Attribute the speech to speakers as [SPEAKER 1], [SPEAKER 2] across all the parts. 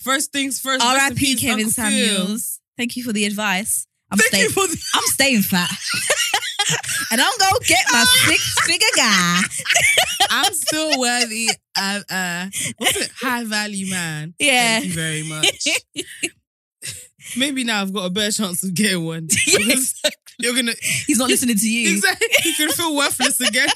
[SPEAKER 1] First things first. rest in
[SPEAKER 2] R.I.P.
[SPEAKER 1] peace,
[SPEAKER 2] Kevin
[SPEAKER 1] Uncle Phil.
[SPEAKER 2] Samuels. Thank you for the advice. I'm
[SPEAKER 1] Thank
[SPEAKER 2] staying.
[SPEAKER 1] you for the-
[SPEAKER 2] I'm staying fat. and I'm gonna get my six figure guy.
[SPEAKER 1] I'm still worthy of uh what's it? High value man.
[SPEAKER 2] Yeah.
[SPEAKER 1] Thank you very much. Maybe now I've got a better chance of getting one. Because You're gonna
[SPEAKER 2] He's not listening to you.
[SPEAKER 1] exactly you can feel worthless again.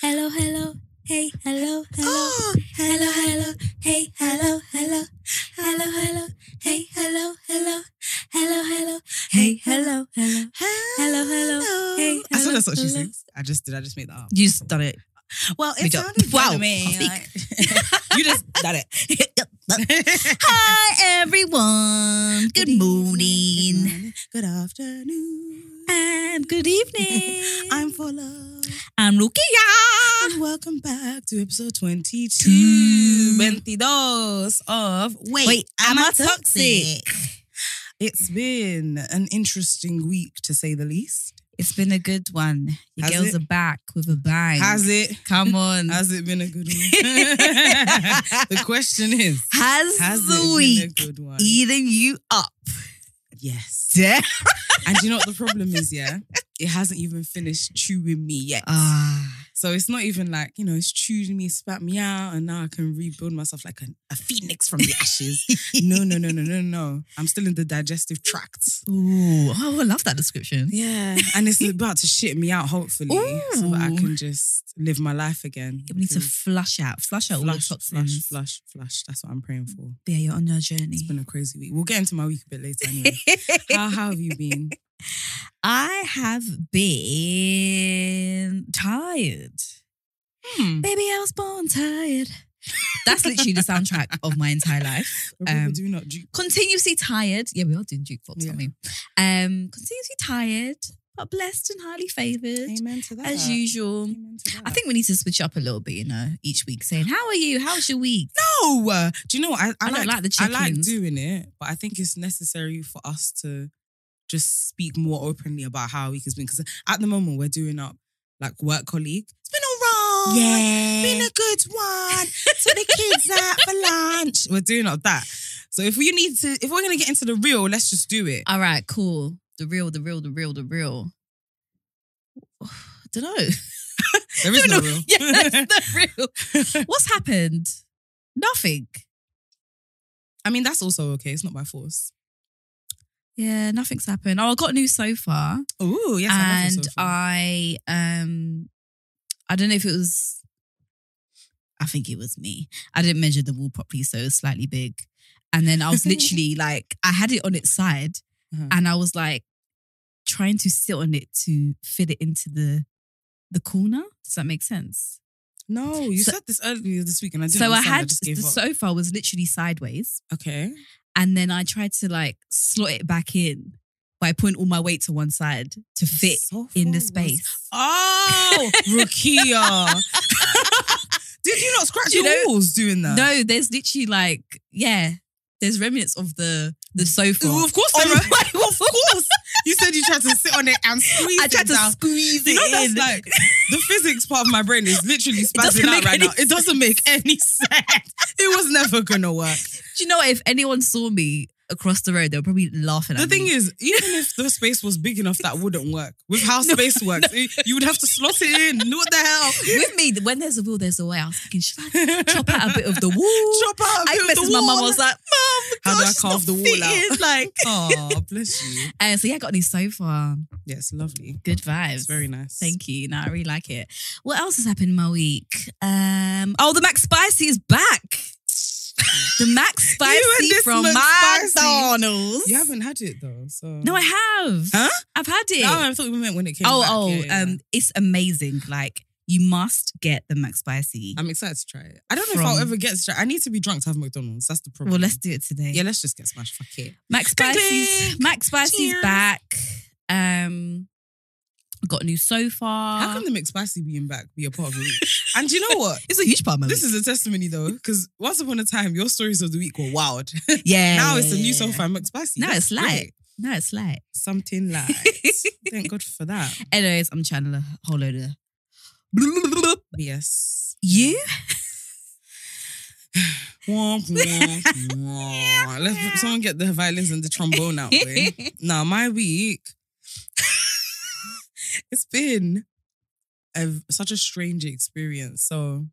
[SPEAKER 2] Hello, hello, hey, hello, hello, hello, Oh, hello, hey, hello, hello, hello, hello, hey, hello, hello, hello, hello, hey, hello, hello, hello, hello, hey,
[SPEAKER 1] I said that's what she
[SPEAKER 2] hello, hello.
[SPEAKER 1] sings. I just did I just made that up.
[SPEAKER 2] You just done it.
[SPEAKER 3] Well,
[SPEAKER 2] We
[SPEAKER 3] it
[SPEAKER 2] don't-
[SPEAKER 3] sounded
[SPEAKER 2] Wow,
[SPEAKER 3] good to me.
[SPEAKER 2] I'll
[SPEAKER 3] like-
[SPEAKER 2] You just done it. Hi everyone. Good morning
[SPEAKER 3] morning, Good afternoon.
[SPEAKER 2] and good evening.
[SPEAKER 3] I'm full of.
[SPEAKER 2] I'm Rukia.
[SPEAKER 3] And welcome back to episode 22.
[SPEAKER 2] Two.
[SPEAKER 3] 22 of Wait,
[SPEAKER 2] Wait, am I
[SPEAKER 3] It's been an interesting week to say the least.
[SPEAKER 2] It's been a good one. Your
[SPEAKER 3] Has
[SPEAKER 2] girls
[SPEAKER 3] it?
[SPEAKER 2] are back with a bang.
[SPEAKER 3] Has it?
[SPEAKER 2] Come on.
[SPEAKER 3] Has it been a good one? the question is
[SPEAKER 2] Has,
[SPEAKER 3] Has
[SPEAKER 2] the
[SPEAKER 3] it
[SPEAKER 2] week
[SPEAKER 3] been a good one?
[SPEAKER 2] eating you up?
[SPEAKER 3] Yes.
[SPEAKER 2] Yeah.
[SPEAKER 3] And do you know what the problem is? Yeah, it hasn't even finished chewing me yet.
[SPEAKER 2] Ah.
[SPEAKER 3] So it's not even like, you know, it's chewed me, spat me out, and now I can rebuild myself like a, a phoenix from the ashes. no, no, no, no, no, no. I'm still in the digestive tract.
[SPEAKER 2] Ooh. Oh, I love that description.
[SPEAKER 3] Yeah. And it's about to shit me out, hopefully, so that I
[SPEAKER 2] Ooh.
[SPEAKER 3] can just live my life again.
[SPEAKER 2] We need to
[SPEAKER 3] Because
[SPEAKER 2] flush out, flush out all the
[SPEAKER 3] flush, flush,
[SPEAKER 2] toxins.
[SPEAKER 3] flush, flush. That's what I'm praying for.
[SPEAKER 2] Yeah, you're on your journey.
[SPEAKER 3] It's been a crazy week. We'll get into my week a bit later anyway. how, how have you been?
[SPEAKER 2] I have been tired.
[SPEAKER 3] Hmm.
[SPEAKER 2] Baby, I was born tired. That's literally the soundtrack of my entire life.
[SPEAKER 3] But people
[SPEAKER 2] Um,
[SPEAKER 3] do not do.
[SPEAKER 2] Continuously tired. Yeah, we are doing jukebox,
[SPEAKER 3] Yeah.
[SPEAKER 2] aren't we? Um, continuously tired, but blessed and highly favored
[SPEAKER 3] Amen to that.
[SPEAKER 2] as usual.
[SPEAKER 3] Amen to
[SPEAKER 2] I
[SPEAKER 3] that.
[SPEAKER 2] think we need to switch up a little bit, you know, each week saying, How are you? How's your week?
[SPEAKER 3] No, uh, do you know what? I, I,
[SPEAKER 2] I don't
[SPEAKER 3] like,
[SPEAKER 2] like the
[SPEAKER 3] I like
[SPEAKER 2] check-ins.
[SPEAKER 3] doing it, but I think it's necessary for us to just speak more openly about how our week has been. Because at the moment, we're doing up like work colleague. It's been
[SPEAKER 2] Oh,
[SPEAKER 3] all right. Been a good one. So the kids out for lunch. We're doing up that. So if we need to, if we're gonna get into the real, let's just do it.
[SPEAKER 2] All right, cool. The real, the real, the real, the real. don't know.
[SPEAKER 3] There is no real.
[SPEAKER 2] Yeah, that's the real. What's happened? Nothing.
[SPEAKER 3] I mean, that's also okay. It's not by force.
[SPEAKER 2] Yeah, nothing's happened. Oh, I got a new sofa.
[SPEAKER 3] Oh yes, I love
[SPEAKER 2] and uh,
[SPEAKER 3] this so far.
[SPEAKER 2] I um I don't know if it was I think it was me. I didn't measure the wall properly, so it was slightly big. And then I was literally like I had it on its side
[SPEAKER 3] Uh-huh.
[SPEAKER 2] and I was like trying to sit on it to fit it into the the corner. Does that make sense?
[SPEAKER 3] no, you
[SPEAKER 2] So-
[SPEAKER 3] said this earlier this week, and I didn't.
[SPEAKER 2] So I
[SPEAKER 3] understand.
[SPEAKER 2] had
[SPEAKER 3] just
[SPEAKER 2] the
[SPEAKER 3] gave up.
[SPEAKER 2] sofa was literally sideways
[SPEAKER 3] okay.
[SPEAKER 2] and then I tried to like slot it back in by putting all my weight to one side to fit
[SPEAKER 3] So
[SPEAKER 2] in the
[SPEAKER 3] forward.
[SPEAKER 2] space.
[SPEAKER 3] Oh, Rukia. Did you not scratch
[SPEAKER 2] You
[SPEAKER 3] your
[SPEAKER 2] know-
[SPEAKER 3] walls doing that?
[SPEAKER 2] No, there's literally like, yeah, there's remnants of the the sofa.
[SPEAKER 3] Well, of course,
[SPEAKER 2] On
[SPEAKER 3] there are.
[SPEAKER 2] my-
[SPEAKER 3] Oh. of course. You said you tried to sit on it and squeeze
[SPEAKER 2] I tried
[SPEAKER 3] it
[SPEAKER 2] to
[SPEAKER 3] down.
[SPEAKER 2] squeeze
[SPEAKER 3] You know,
[SPEAKER 2] it in.
[SPEAKER 3] that's like the physics part of my brain is literally
[SPEAKER 2] doesn't
[SPEAKER 3] spazzing out
[SPEAKER 2] make
[SPEAKER 3] right
[SPEAKER 2] any
[SPEAKER 3] now. It doesn't make any sense. It was never gonna work.
[SPEAKER 2] Do you know what? if anyone saw me across the road, they were probably laughing
[SPEAKER 3] The
[SPEAKER 2] at
[SPEAKER 3] thing
[SPEAKER 2] me.
[SPEAKER 3] is, even if the space was big enough, that wouldn't work. With how space works, it- you would have to slot it in. What the hell?
[SPEAKER 2] with me, when there's a will, there's a way. I was thinking, should I chop out a bit of the wall?
[SPEAKER 3] Chop out a
[SPEAKER 2] I
[SPEAKER 3] bit of
[SPEAKER 2] messaged
[SPEAKER 3] the
[SPEAKER 2] my mum. I
[SPEAKER 3] wall.
[SPEAKER 2] was like, Mum,
[SPEAKER 3] How do I
[SPEAKER 2] gosh,
[SPEAKER 3] carve
[SPEAKER 2] it's
[SPEAKER 3] the
[SPEAKER 2] not
[SPEAKER 3] wall out?"
[SPEAKER 2] fitting, Like,
[SPEAKER 3] Oh, bless you.
[SPEAKER 2] and so yeah, I got a new sofa.
[SPEAKER 3] Yes, lovely.
[SPEAKER 2] Good vibes.
[SPEAKER 3] It's very nice.
[SPEAKER 2] Thank you. No, I really like it. What else has happened in my week? Um, oh, the Mac Spicy is back. The Mac Spicy
[SPEAKER 3] this
[SPEAKER 2] from
[SPEAKER 3] Mac Spicy.
[SPEAKER 2] McDonald's.
[SPEAKER 3] You haven't had it though, so
[SPEAKER 2] No, I have.
[SPEAKER 3] Huh?
[SPEAKER 2] I've had it.
[SPEAKER 3] Oh, I thought we meant when it came.
[SPEAKER 2] oh,
[SPEAKER 3] back.
[SPEAKER 2] oh,
[SPEAKER 3] Yeah, yeah, yeah.
[SPEAKER 2] um, it's amazing. Like you must get the Mac Spicy.
[SPEAKER 3] I'm excited to try it. I don't know if I'll
[SPEAKER 2] From-
[SPEAKER 3] ever get to try. I need to be drunk to have McDonald's. That's the problem.
[SPEAKER 2] well, let's do it today.
[SPEAKER 3] yeah, let's just get smashed. Fuck it.
[SPEAKER 2] Mac
[SPEAKER 3] Clink,
[SPEAKER 2] Spicy's
[SPEAKER 3] clink.
[SPEAKER 2] Mac Spicy's
[SPEAKER 3] Cheers.
[SPEAKER 2] back. Um, got a new sofa.
[SPEAKER 3] How can the McSpicy being back be a part of your week? and do you know what?
[SPEAKER 2] it's a huge part of my
[SPEAKER 3] This
[SPEAKER 2] week.
[SPEAKER 3] is a testimony though, because once upon a time your stories of the week were wild.
[SPEAKER 2] yeah.
[SPEAKER 3] now it's
[SPEAKER 2] yeah,
[SPEAKER 3] a new
[SPEAKER 2] yeah.
[SPEAKER 3] sofa and uh, McSpicy.
[SPEAKER 2] Eh. Now
[SPEAKER 3] That's
[SPEAKER 2] it's light.
[SPEAKER 3] great.
[SPEAKER 2] No, it's like.
[SPEAKER 3] Something like. Thank God for that.
[SPEAKER 2] Anyways, I'm channeling a whole load of
[SPEAKER 3] Yes.
[SPEAKER 2] you.
[SPEAKER 3] Womp, womp, womp. Let's someone get the violins and the trombone out. boy. now my week, it's been a, such a strange experience. So,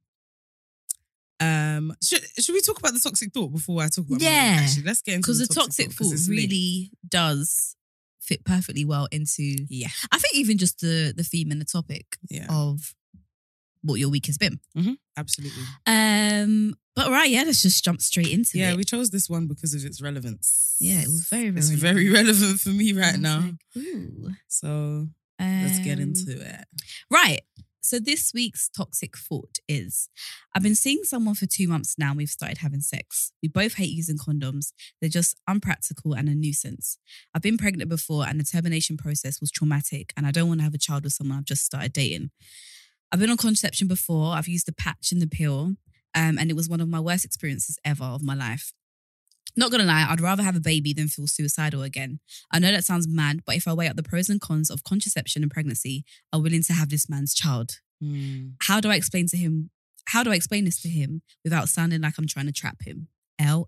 [SPEAKER 3] um, should should we talk about the toxic thought before I talk about? my week,
[SPEAKER 2] Yeah.
[SPEAKER 3] actually? let's get into
[SPEAKER 2] Because the toxic
[SPEAKER 3] thought, 'cause
[SPEAKER 2] thought
[SPEAKER 3] it's linked.
[SPEAKER 2] really does fit perfectly well into
[SPEAKER 3] yeah,
[SPEAKER 2] I think even just the the theme and the topic
[SPEAKER 3] yeah,
[SPEAKER 2] of what your week has been.
[SPEAKER 3] absolutely.
[SPEAKER 2] Um but right, yeah, let's just jump straight into
[SPEAKER 3] Yeah,
[SPEAKER 2] it.
[SPEAKER 3] we chose this one because of its relevance.
[SPEAKER 2] yeah, it was very
[SPEAKER 3] It's
[SPEAKER 2] relevant.
[SPEAKER 3] very relevant for me right
[SPEAKER 2] And I
[SPEAKER 3] now.
[SPEAKER 2] was like, ooh.
[SPEAKER 3] so let's get
[SPEAKER 2] Um,
[SPEAKER 3] into it.
[SPEAKER 2] Right. So this week's toxic thought is I've been seeing someone for two months now and we've started having sex. We both hate using condoms. They're just unpractical and a nuisance. I've been pregnant before and the termination process was traumatic and I don't want to have a child with someone I've just started dating. I've been on contraception before. I've used the patch and the pill um, and it was one of my worst experiences ever of my life. Not gonna lie, I'd rather have a baby than feel suicidal again. I know that sounds mad, but if I weigh up the pros and cons of contraception and pregnancy, are willing to have this man's child.
[SPEAKER 3] Hmm.
[SPEAKER 2] How do I explain to him? How do I explain this to him without sounding like I'm trying to trap him? LOL.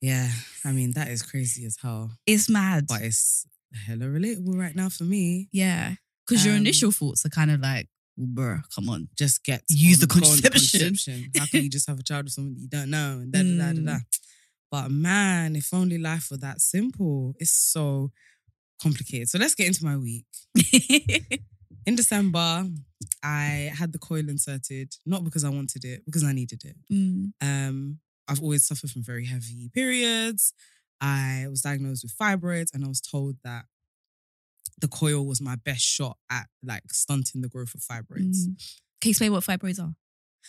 [SPEAKER 3] Yeah, I mean that is crazy as hell,
[SPEAKER 2] It's mad.
[SPEAKER 3] but it's hella relatable right now for me.
[SPEAKER 2] yeah. Because your
[SPEAKER 3] Um,
[SPEAKER 2] initial thoughts are kind of like, well, bruh, come on.
[SPEAKER 3] Just get
[SPEAKER 2] Use the
[SPEAKER 3] con- con-
[SPEAKER 2] contraception.
[SPEAKER 3] contraception. How can you just have a child with someone that you don't know? And da, da, da, da,
[SPEAKER 2] Mm.
[SPEAKER 3] da. But man, if only life were that simple. It's so complicated. So let's get into my week. In December, I had the coil inserted, not because I wanted it, because I needed it.
[SPEAKER 2] Mm.
[SPEAKER 3] Um, I've always suffered from very heavy periods. I was diagnosed with fibroids, and I was told that the coil was my best shot at like stunting the growth of fibroids.
[SPEAKER 2] Mm. Can you explain what fibroids are?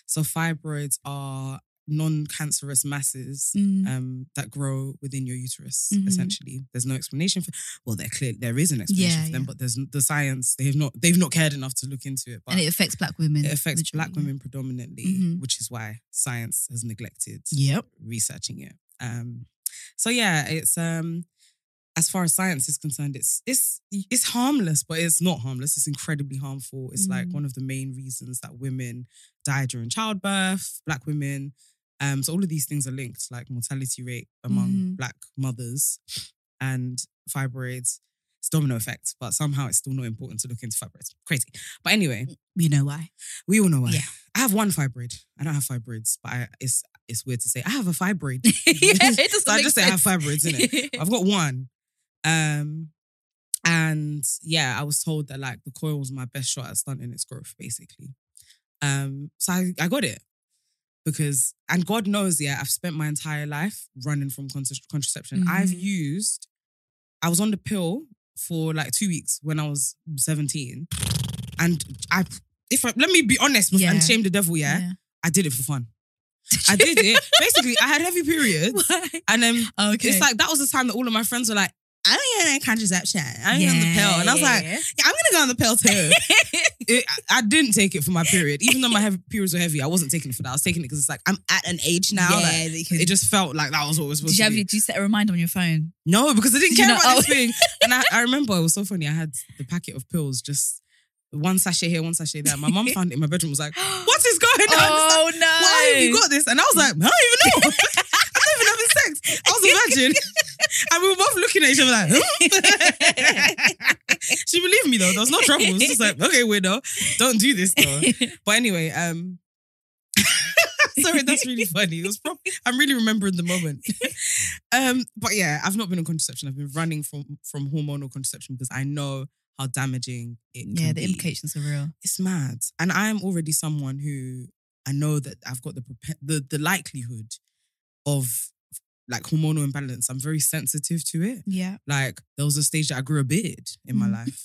[SPEAKER 3] So fibroids are non-cancerous masses.
[SPEAKER 2] Mm.
[SPEAKER 3] Um, that grow within your uterus.
[SPEAKER 2] Mhm.
[SPEAKER 3] Essentially, there's no explanation for. Well, there clear there is an explanation
[SPEAKER 2] Yeah,
[SPEAKER 3] for them,
[SPEAKER 2] yeah.
[SPEAKER 3] but there's n- the science they've not they've not cared enough to look into it. But
[SPEAKER 2] and it affects black women.
[SPEAKER 3] it affects black
[SPEAKER 2] literally.
[SPEAKER 3] women predominantly,
[SPEAKER 2] Mhm.
[SPEAKER 3] which is why science has neglected
[SPEAKER 2] Yep.
[SPEAKER 3] researching it. Um, so yeah, it's um, as far as science is concerned, it's it's it's harmless, but it's not harmless. It's incredibly harmful. It's like
[SPEAKER 2] Mm.
[SPEAKER 3] one of the main reasons that women die during childbirth. Black women. Um, so all of these things are linked, like mortality rate among
[SPEAKER 2] Mhm.
[SPEAKER 3] black mothers and fibroids. It's domino effect, but somehow it's still not important to look into fibroids. Crazy. But anyway,
[SPEAKER 2] You know why.
[SPEAKER 3] we all know why.
[SPEAKER 2] Yeah.
[SPEAKER 3] I have one fibroid. I don't have fibroids, but I, it's it's weird to say I have a fibroid.
[SPEAKER 2] yeah, it doesn't
[SPEAKER 3] so I
[SPEAKER 2] make
[SPEAKER 3] just say I have
[SPEAKER 2] sense.
[SPEAKER 3] fibroids in it. I've got one. Um, and yeah, I was told that like the coil was my best shot at stunting its growth, basically. Um, so I, I got it because, and God knows, yeah, I've spent my entire life running from contra- contraception. I've
[SPEAKER 2] Mhm.
[SPEAKER 3] used, I was on the pill for like two weeks when I was 17. And I, if I, let me be honest with,
[SPEAKER 2] Yeah.
[SPEAKER 3] and shame the devil, yeah, I did it for fun. I did it. Basically, I had heavy periods.
[SPEAKER 2] Why?
[SPEAKER 3] And then
[SPEAKER 2] Okay.
[SPEAKER 3] it's like that was the time that all of my friends were like, I don't get any contraception. I ain't on the pill. And I was like, yeah, I'm gonna go on the pill too. It- I, I didn't take it for my period. Even though my heavy, periods were heavy, I wasn't taking it for that. I was taking it because it's like I'm at an age now.
[SPEAKER 2] yeah,
[SPEAKER 3] that
[SPEAKER 2] that you can-
[SPEAKER 3] it just felt like that was what it was supposed
[SPEAKER 2] Did you,
[SPEAKER 3] to
[SPEAKER 2] have,
[SPEAKER 3] be.
[SPEAKER 2] did you set a reminder on your phone?
[SPEAKER 3] No, because I didn't
[SPEAKER 2] Did you
[SPEAKER 3] care
[SPEAKER 2] not-
[SPEAKER 3] about this
[SPEAKER 2] oh.
[SPEAKER 3] thing. And I, I remember it was so funny. I had the packet of pills, just one sachet here, one sachet there. My mum found it in my bedroom. Was like, "What is going on?
[SPEAKER 2] Oh, no!
[SPEAKER 3] Why have you got this?" And I was like, "I don't even know. I don't even having sex." I was imagine? and we were both looking at each other like, huh? she believed me though. There was no trouble. It was just like, okay, weirdo, don't do this though. But anyway, um, sorry, that's really funny. It was prob- I'm really remembering the moment. um, but yeah, I've not been on contraception. I've been running from from hormonal contraception because I know how damaging it.
[SPEAKER 2] yeah,
[SPEAKER 3] can
[SPEAKER 2] the
[SPEAKER 3] be.
[SPEAKER 2] implications are real.
[SPEAKER 3] It's mad, and I am already someone who I know that I've got the prepa- the the likelihood of like hormonal imbalance. I'm very sensitive to it.
[SPEAKER 2] Yeah.
[SPEAKER 3] Like there was a stage that I grew a beard in my
[SPEAKER 2] Mm.
[SPEAKER 3] life.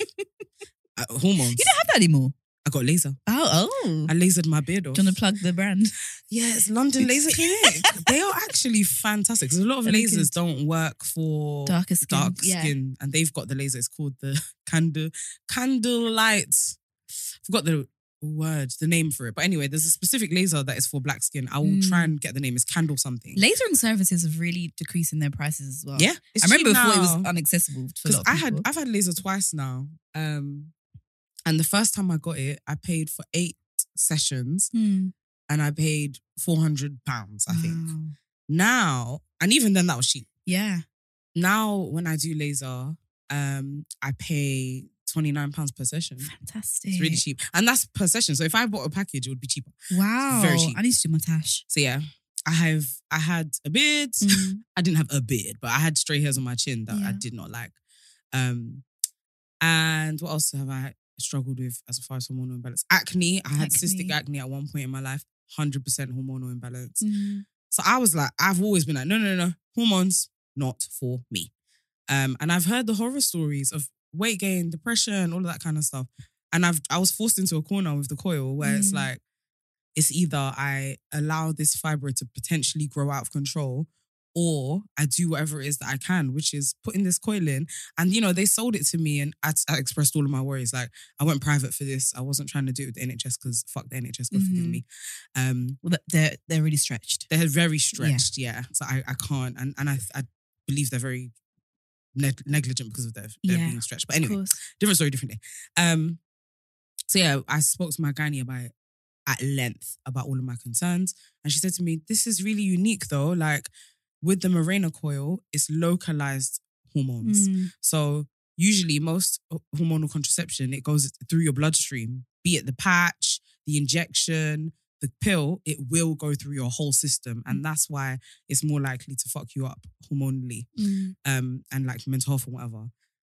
[SPEAKER 3] Uh, hormones.
[SPEAKER 2] You don't have that anymore.
[SPEAKER 3] I got laser.
[SPEAKER 2] Oh, oh.
[SPEAKER 3] I lasered my beard off.
[SPEAKER 2] Do you want to plug the brand?
[SPEAKER 3] Yeah, it's London Laser Clinic. they are actually fantastic. 'cause a lot of
[SPEAKER 2] They're
[SPEAKER 3] lasers
[SPEAKER 2] good.
[SPEAKER 3] don't work for dark,
[SPEAKER 2] Darker skin. yeah.
[SPEAKER 3] skin, and they've got the laser. It's called the candle candle light. Forgot the word, the name for it. But anyway, there's a specific laser that is for black skin. I will try
[SPEAKER 2] Mm.
[SPEAKER 3] and get the name. It's candle something.
[SPEAKER 2] Lasering services have really decreased in their prices as well.
[SPEAKER 3] yeah, it's
[SPEAKER 2] I remember
[SPEAKER 3] cheap
[SPEAKER 2] before it was
[SPEAKER 3] now.
[SPEAKER 2] inaccessible for a
[SPEAKER 3] Because
[SPEAKER 2] lot of
[SPEAKER 3] I had
[SPEAKER 2] people.
[SPEAKER 3] I've had laser twice now. Um, and the first time I got it, I paid for eight sessions
[SPEAKER 2] Hmm.
[SPEAKER 3] and I paid four hundred pounds, I think.
[SPEAKER 2] Wow.
[SPEAKER 3] Now, and even then that was cheap.
[SPEAKER 2] Yeah.
[SPEAKER 3] Now when I do laser, um, I pay £29 per session.
[SPEAKER 2] Fantastic.
[SPEAKER 3] It's really cheap. And that's per session. So if I bought a package, it would be cheaper.
[SPEAKER 2] Wow.
[SPEAKER 3] Very cheap.
[SPEAKER 2] I need to do my tash.
[SPEAKER 3] So yeah. I have I had a beard.
[SPEAKER 2] Mm.
[SPEAKER 3] I didn't have a beard, but I had stray hairs on my chin that I
[SPEAKER 2] Yeah.
[SPEAKER 3] did not like. Um, and what else have I struggled with as far as hormonal imbalance? Acne. I had cystic
[SPEAKER 2] Acne.
[SPEAKER 3] acne at one point in my life. Hundred percent hormonal imbalance.
[SPEAKER 2] Mm.
[SPEAKER 3] So I was like, I've always been like, no, no, no, no, hormones not for me. Um, and I've heard the horror stories of weight gain, depression, all of that kind of stuff. And I've I was forced into a corner with the coil where it's
[SPEAKER 2] Mm.
[SPEAKER 3] like, it's either I allow this fibroid to potentially grow out of control, or I do whatever it is that I can, which is putting this coil in. And you know, they sold it to me, and I, I expressed all of my worries. Like I went private for this. I wasn't trying to do it with the NHS because fuck the NHS, God forgive
[SPEAKER 2] Mhm.
[SPEAKER 3] me. Um,
[SPEAKER 2] Well, th- they're they're really stretched.
[SPEAKER 3] they're very stretched. Yeah, so I, I can't, and and I I believe they're very neg- negligent because of their, their
[SPEAKER 2] Yeah,
[SPEAKER 3] being stretched. But anyway,
[SPEAKER 2] Of course.
[SPEAKER 3] different story, different day. Um, so yeah, I spoke to my gynae about it at length about all of my concerns, and she said to me, "This is really unique though. Like with the Mirena coil, it's localized hormones."
[SPEAKER 2] Mm.
[SPEAKER 3] So usually most h- hormonal contraception, it goes through your bloodstream, be it the patch, the injection, the pill, it will go through your whole system. And that's why it's more likely to fuck you up hormonally
[SPEAKER 2] Mm.
[SPEAKER 3] um, and like mental health and whatever.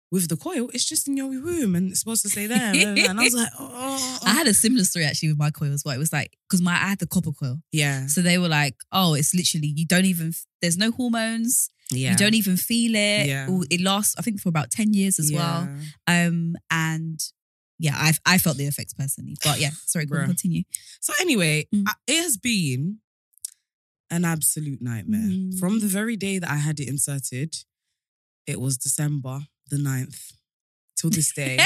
[SPEAKER 3] With the coil, it's just in your womb and it's supposed to stay there. and I was like, oh,
[SPEAKER 2] I had a similar story actually with my coil as well. It was like because my I had the copper coil,
[SPEAKER 3] yeah,
[SPEAKER 2] so they were like, "Oh, it's literally you don't even there's no hormones,
[SPEAKER 3] yeah.
[SPEAKER 2] you don't even feel it.
[SPEAKER 3] Yeah.
[SPEAKER 2] Or It lasts I think for about ten years as well. Um, and yeah, I I felt the effects personally, but yeah, sorry, go on,
[SPEAKER 3] Bruh.
[SPEAKER 2] continue.
[SPEAKER 3] So anyway,
[SPEAKER 2] Mm.
[SPEAKER 3] I- it has been an absolute nightmare.
[SPEAKER 2] Mm.
[SPEAKER 3] From the very day that I had it inserted, it was December the 9th. Till this day,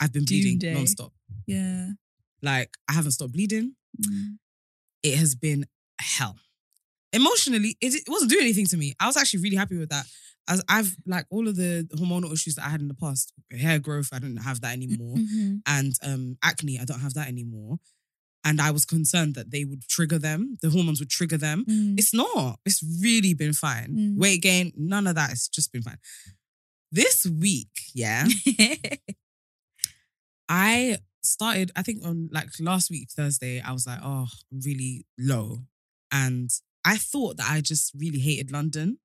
[SPEAKER 3] I've been bleeding
[SPEAKER 2] Doomsday.
[SPEAKER 3] nonstop.
[SPEAKER 2] yeah.
[SPEAKER 3] Like I haven't stopped bleeding.
[SPEAKER 2] Mm.
[SPEAKER 3] It has been hell. Emotionally, it, it wasn't doing anything to me. I was actually really happy with that. As I've like all of the hormonal issues that I had in the past, hair growth, I don't have that anymore
[SPEAKER 2] Mhm.
[SPEAKER 3] and um, acne. I don't have that anymore. And I was concerned that they would trigger them, the hormones would trigger them.
[SPEAKER 2] Mm.
[SPEAKER 3] It's not. It's really been fine.
[SPEAKER 2] Mm.
[SPEAKER 3] Weight gain, none of that. It's just been fine. This week, yeah, I started, I think on like last week, Thursday, I was like, oh, I'm really low. And I thought that I just really hated London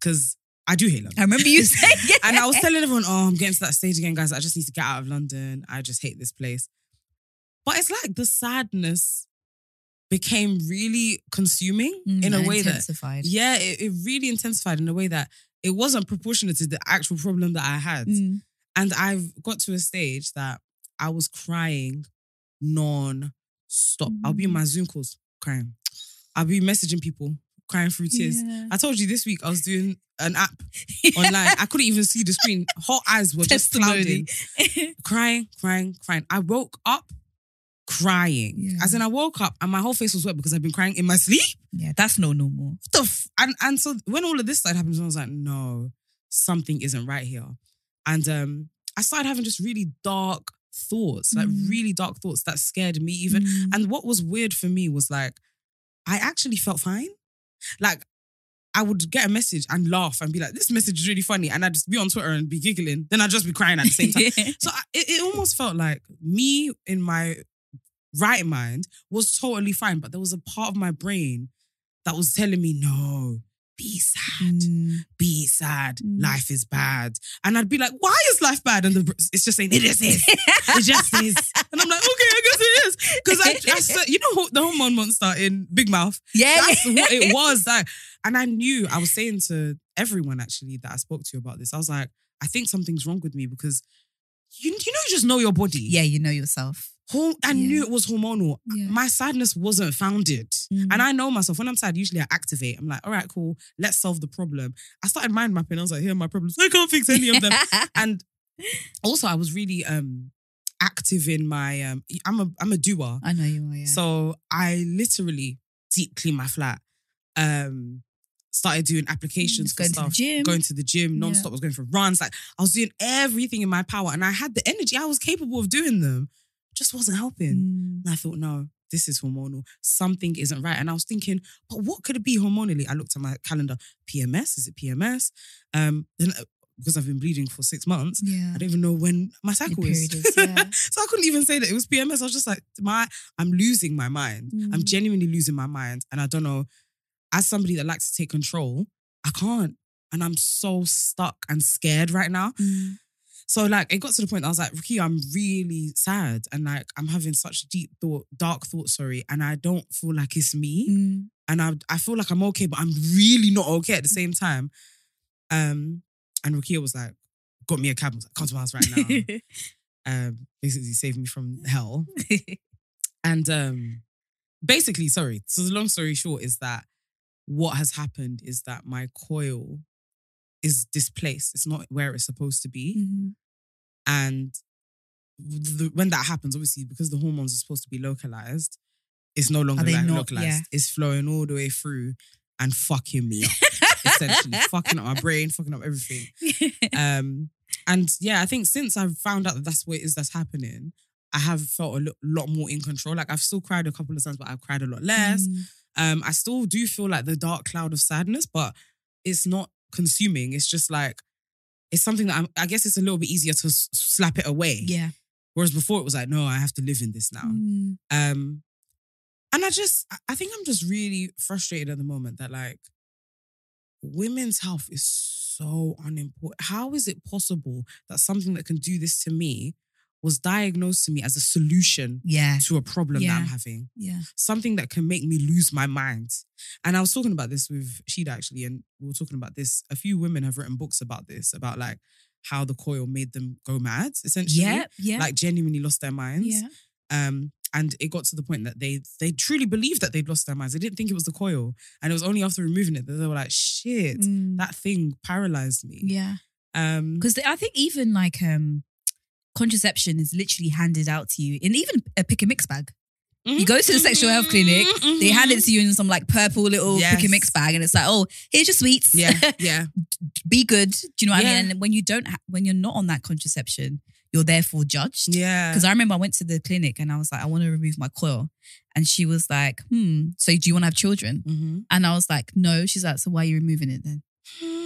[SPEAKER 3] because I do hate London.
[SPEAKER 2] I remember you saying,
[SPEAKER 3] And I was telling everyone, oh, I'm getting to that stage again, guys. I just need to get out of London. I just hate this place. But it's like the sadness became really consuming
[SPEAKER 2] Mm,
[SPEAKER 3] in a
[SPEAKER 2] and
[SPEAKER 3] way that,
[SPEAKER 2] intensified.
[SPEAKER 3] yeah, it, it really intensified in a way that it wasn't proportionate to the actual problem that I had.
[SPEAKER 2] Mm.
[SPEAKER 3] And I've got to a stage that I was crying non stop. I'll
[SPEAKER 2] Mm.
[SPEAKER 3] be in my Zoom calls crying. I'll be messaging people crying through tears.
[SPEAKER 2] Yeah.
[SPEAKER 3] I told you this week I was doing an app online. I couldn't even see the screen. Whole eyes were just clouding.
[SPEAKER 2] Testimony.
[SPEAKER 3] Crying, crying, crying. I woke up crying.
[SPEAKER 2] Yeah.
[SPEAKER 3] As in, I woke up and my whole face was wet because I've been crying in my sleep.
[SPEAKER 2] yeah, that's not normal.
[SPEAKER 3] What the f- and, and so when all of this started happening, I was like, no, something isn't right here. And um, I started having just really dark thoughts, like
[SPEAKER 2] Mm.
[SPEAKER 3] really dark thoughts that scared me even.
[SPEAKER 2] Mm.
[SPEAKER 3] And what was weird for me was like, I actually felt fine. Like, I would get a message and laugh and be like, this message is really funny. And I'd just be on Twitter and be giggling. Then I'd just be crying at the same time. so I, it, it almost felt like me in my right mind was totally fine. But there was a part of my brain that was telling me, no, be sad, be sad.
[SPEAKER 2] Mm.
[SPEAKER 3] Life is bad. And I'd be like, why is life bad? And the, it's just saying, it just is. It just is. And I'm like, okay, I guess it is. Because I, I said- you know, the hormone monster in Big Mouth,
[SPEAKER 2] yeah.
[SPEAKER 3] that's what it was. Like, and I knew I was saying to everyone actually that I spoke to about this. I was like, I think something's wrong with me because you, you know, you just know your body.
[SPEAKER 2] Yeah, you know yourself.
[SPEAKER 3] Hor- I
[SPEAKER 2] Yeah.
[SPEAKER 3] knew it was hormonal.
[SPEAKER 2] Yeah.
[SPEAKER 3] My sadness wasn't founded.
[SPEAKER 2] Mm.
[SPEAKER 3] And I know myself. When I'm sad, usually I activate. I'm like, all right, cool. Let's solve the problem. I started mind mapping. I was like, here are my problems. I can't fix
[SPEAKER 2] Mm.
[SPEAKER 3] any of them. and also, I was really um active in my um. I'm a I'm a doer.
[SPEAKER 2] I know you are, Oh, yeah.
[SPEAKER 3] So I literally deep clean my flat. Um, started doing applications
[SPEAKER 2] Just
[SPEAKER 3] for
[SPEAKER 2] going to the
[SPEAKER 3] stuff.
[SPEAKER 2] gym.
[SPEAKER 3] Going to the gym
[SPEAKER 2] Yeah.
[SPEAKER 3] nonstop. I was going for runs. Like I was doing everything in my power, and I had the energy. I was capable of doing them. Just wasn't helping.
[SPEAKER 2] Mm.
[SPEAKER 3] And I thought, no, this is hormonal. Something isn't right. And I was thinking, but what could it be hormonally? I looked at my calendar. PMS? Is it PMS? Um, then uh, because I've been bleeding for six months,
[SPEAKER 2] Mm, Yeah.
[SPEAKER 3] I don't even know when my
[SPEAKER 2] Your
[SPEAKER 3] cycle is.
[SPEAKER 2] period is, yeah.
[SPEAKER 3] So I couldn't even say that it was PMS. I was just like, my, I'm losing my mind. I'm
[SPEAKER 2] Mm.
[SPEAKER 3] genuinely losing my mind. And I don't know, as somebody that likes to take control, I can't. And I'm so stuck and scared right now.
[SPEAKER 2] Mm.
[SPEAKER 3] So like it got to the point I was like, Ricky, I'm really sad. And like I'm having such deep thought, dark thoughts, sorry. And I don't feel like it's me
[SPEAKER 2] Mm.
[SPEAKER 3] and I I feel like I'm okay, but I'm really not okay at the same time. Um, and Rukia was like, got me a cab, was like, come to my house right
[SPEAKER 2] mm,
[SPEAKER 3] now. um, basically saved me from hell. and um, basically, sorry. So the long story short is that what has happened is that my coil is displaced. It's not where it's supposed to be.
[SPEAKER 2] Mhm.
[SPEAKER 3] And the, when that happens, obviously, because the hormones are supposed to be localized, it's no longer
[SPEAKER 2] they
[SPEAKER 3] like
[SPEAKER 2] not?
[SPEAKER 3] localized.
[SPEAKER 2] Yeah.
[SPEAKER 3] It's flowing all the way through and fucking me up, essentially, fucking up my brain, fucking up everything.
[SPEAKER 2] mm.
[SPEAKER 3] Um, and yeah, I think since I've found out that that's what it is that's happening, I have felt a lo- lot more in control. Like I've still cried a couple of times, but I've cried a lot less.
[SPEAKER 2] Mm.
[SPEAKER 3] Um, I still do feel like the dark cloud of sadness, but it's not consuming. It's just like it's something that I'm, I guess it's a little bit easier to s- slap it away.
[SPEAKER 2] Yeah.
[SPEAKER 3] Whereas before it was like, no, I have to live in this now.
[SPEAKER 2] Mm.
[SPEAKER 3] Um, and I just, I- I think I'm just really frustrated at the moment that like women's health is so unimportant. How is it possible that something that can do this to me was diagnosed to me as a solution
[SPEAKER 2] Yeah.
[SPEAKER 3] to a problem
[SPEAKER 2] Yeah.
[SPEAKER 3] that I'm having?
[SPEAKER 2] Yeah.
[SPEAKER 3] something that can make me lose my mind. And I was talking about this with Sheeda actually, and we were talking about this. A few women have written books about this, about like how the coil made them go mad, essentially.
[SPEAKER 2] Yeah. Yeah.
[SPEAKER 3] Like genuinely lost their minds.
[SPEAKER 2] yeah.
[SPEAKER 3] Um, and it got to the point that they they truly believed that they'd lost their minds. They didn't think it was the coil. And it was only after removing it that they were like, shit,
[SPEAKER 2] Mm.
[SPEAKER 3] that thing paralyzed me.
[SPEAKER 2] yeah.
[SPEAKER 3] Um
[SPEAKER 2] Because I think even like um contraception is literally handed out to you in even a pick and mix bag. You go to the sexual health clinic, they hand it to you in some like purple little pick
[SPEAKER 3] Mm-hmm. Yes.
[SPEAKER 2] and mix bag, and it's like, oh, here's your sweets.
[SPEAKER 3] Yeah, yeah.
[SPEAKER 2] Be good. Do you know what I
[SPEAKER 3] Yeah.
[SPEAKER 2] mean? And when you don't, ha- when you're not on that contraception, you're therefore judged.
[SPEAKER 3] Yeah.
[SPEAKER 2] Because I remember I went to the clinic and I was like, I want to remove my coil. And she was like, hmm, so do you want to have children?
[SPEAKER 3] Mhm.
[SPEAKER 2] And I was like, no. She's like, so why are you removing it then?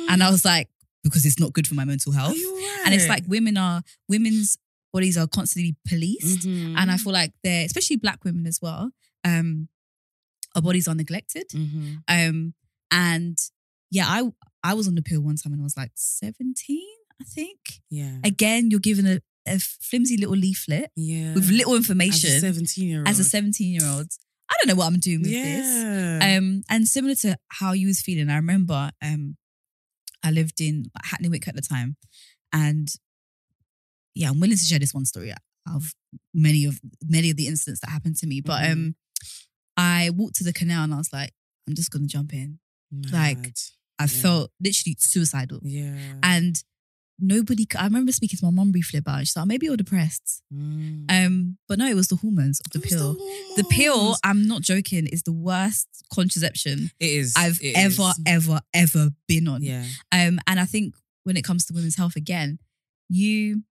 [SPEAKER 2] And I was like, because it's not good for my mental
[SPEAKER 3] Mm-hmm. Are
[SPEAKER 2] health.
[SPEAKER 3] you
[SPEAKER 2] And it's
[SPEAKER 3] alright?
[SPEAKER 2] like women are, women's bodies are constantly policed.
[SPEAKER 3] Mhm.
[SPEAKER 2] And I feel like they're, especially black women as well, um, our bodies are neglected.
[SPEAKER 3] Mhm.
[SPEAKER 2] Um, and yeah, I, I was on the pill one time and I was like 17, I think.
[SPEAKER 3] Yeah.
[SPEAKER 2] Again, you're given a, a flimsy little leaflet
[SPEAKER 3] Yeah.
[SPEAKER 2] with little
[SPEAKER 3] as a
[SPEAKER 2] information
[SPEAKER 3] 17 year old.
[SPEAKER 2] as a 17 year old. I don't know what I'm doing with this.
[SPEAKER 3] yeah.
[SPEAKER 2] Um, and similar to how you was feeling, I remember um, I lived in Hackney Wick at the time, and yeah, I'm willing to share this one story of many of many of the incidents that happened to me. But
[SPEAKER 3] Mhm.
[SPEAKER 2] um, I walked to the canal and I was like, I'm just gonna jump in.
[SPEAKER 3] Mad.
[SPEAKER 2] like, I
[SPEAKER 3] Yeah.
[SPEAKER 2] felt literally suicidal,
[SPEAKER 3] yeah.
[SPEAKER 2] and nobody. c- I remember speaking to my mum briefly about it. She's like, maybe you're depressed.
[SPEAKER 3] Mm.
[SPEAKER 2] Um, but no, it was the hormones of the
[SPEAKER 3] Who's
[SPEAKER 2] pill. The pill, I'm not joking, is the worst contraception
[SPEAKER 3] It is.
[SPEAKER 2] I've
[SPEAKER 3] It
[SPEAKER 2] ever,
[SPEAKER 3] is.
[SPEAKER 2] ever, ever been on.
[SPEAKER 3] Yeah.
[SPEAKER 2] Um, and I think when it comes to women's health again, you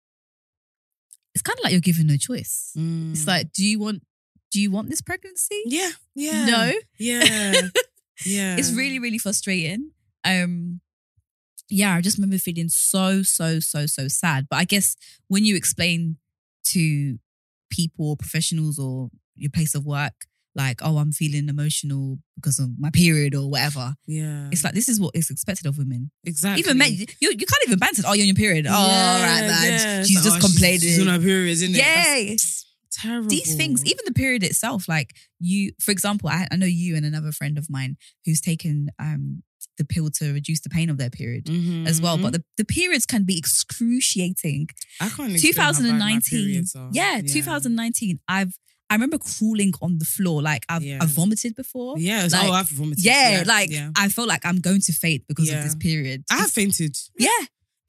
[SPEAKER 2] it's kind of like you're given no choice. It's
[SPEAKER 3] Mm.
[SPEAKER 2] like, do you want do you want this pregnancy?
[SPEAKER 3] Yeah. Yeah.
[SPEAKER 2] No.
[SPEAKER 3] Yeah. yeah. Mm.
[SPEAKER 2] It's really, really frustrating. Um, yeah, I just remember feeling so, so, so, so sad. But I guess when you explain to people, or professionals, or your place of work, like, oh, I'm feeling emotional because of my period or whatever,
[SPEAKER 3] Yeah.
[SPEAKER 2] it's like this is what is expected of women.
[SPEAKER 3] Mm. exactly.
[SPEAKER 2] Even men, you you can't even banter. Oh, you're on your period. Oh, all right, man. She's just complaining.
[SPEAKER 3] oh, She's on her periods, isn't it? That's
[SPEAKER 2] Yay.
[SPEAKER 3] terrible.
[SPEAKER 2] These
[SPEAKER 3] Mm-hmm.
[SPEAKER 2] things, even the period itself, like you, for example, I, I know you and another friend of mine who's taken um, the pill to reduce the pain of their period as well. But the, the periods can be excruciating.
[SPEAKER 3] Mm-hmm. I can't. explain how bad my
[SPEAKER 2] 2019.
[SPEAKER 3] periods are.
[SPEAKER 2] Yeah, 2019. I've I remember crawling on the floor. Like I've
[SPEAKER 3] Yeah.
[SPEAKER 2] I've vomited before.
[SPEAKER 3] Yeah. it's-
[SPEAKER 2] Like,
[SPEAKER 3] oh, I've vomited.
[SPEAKER 2] Yeah, like
[SPEAKER 3] yeah.
[SPEAKER 2] I feel like I'm going to faint because
[SPEAKER 3] Yeah.
[SPEAKER 2] of this period.
[SPEAKER 3] I have fainted.
[SPEAKER 2] yeah.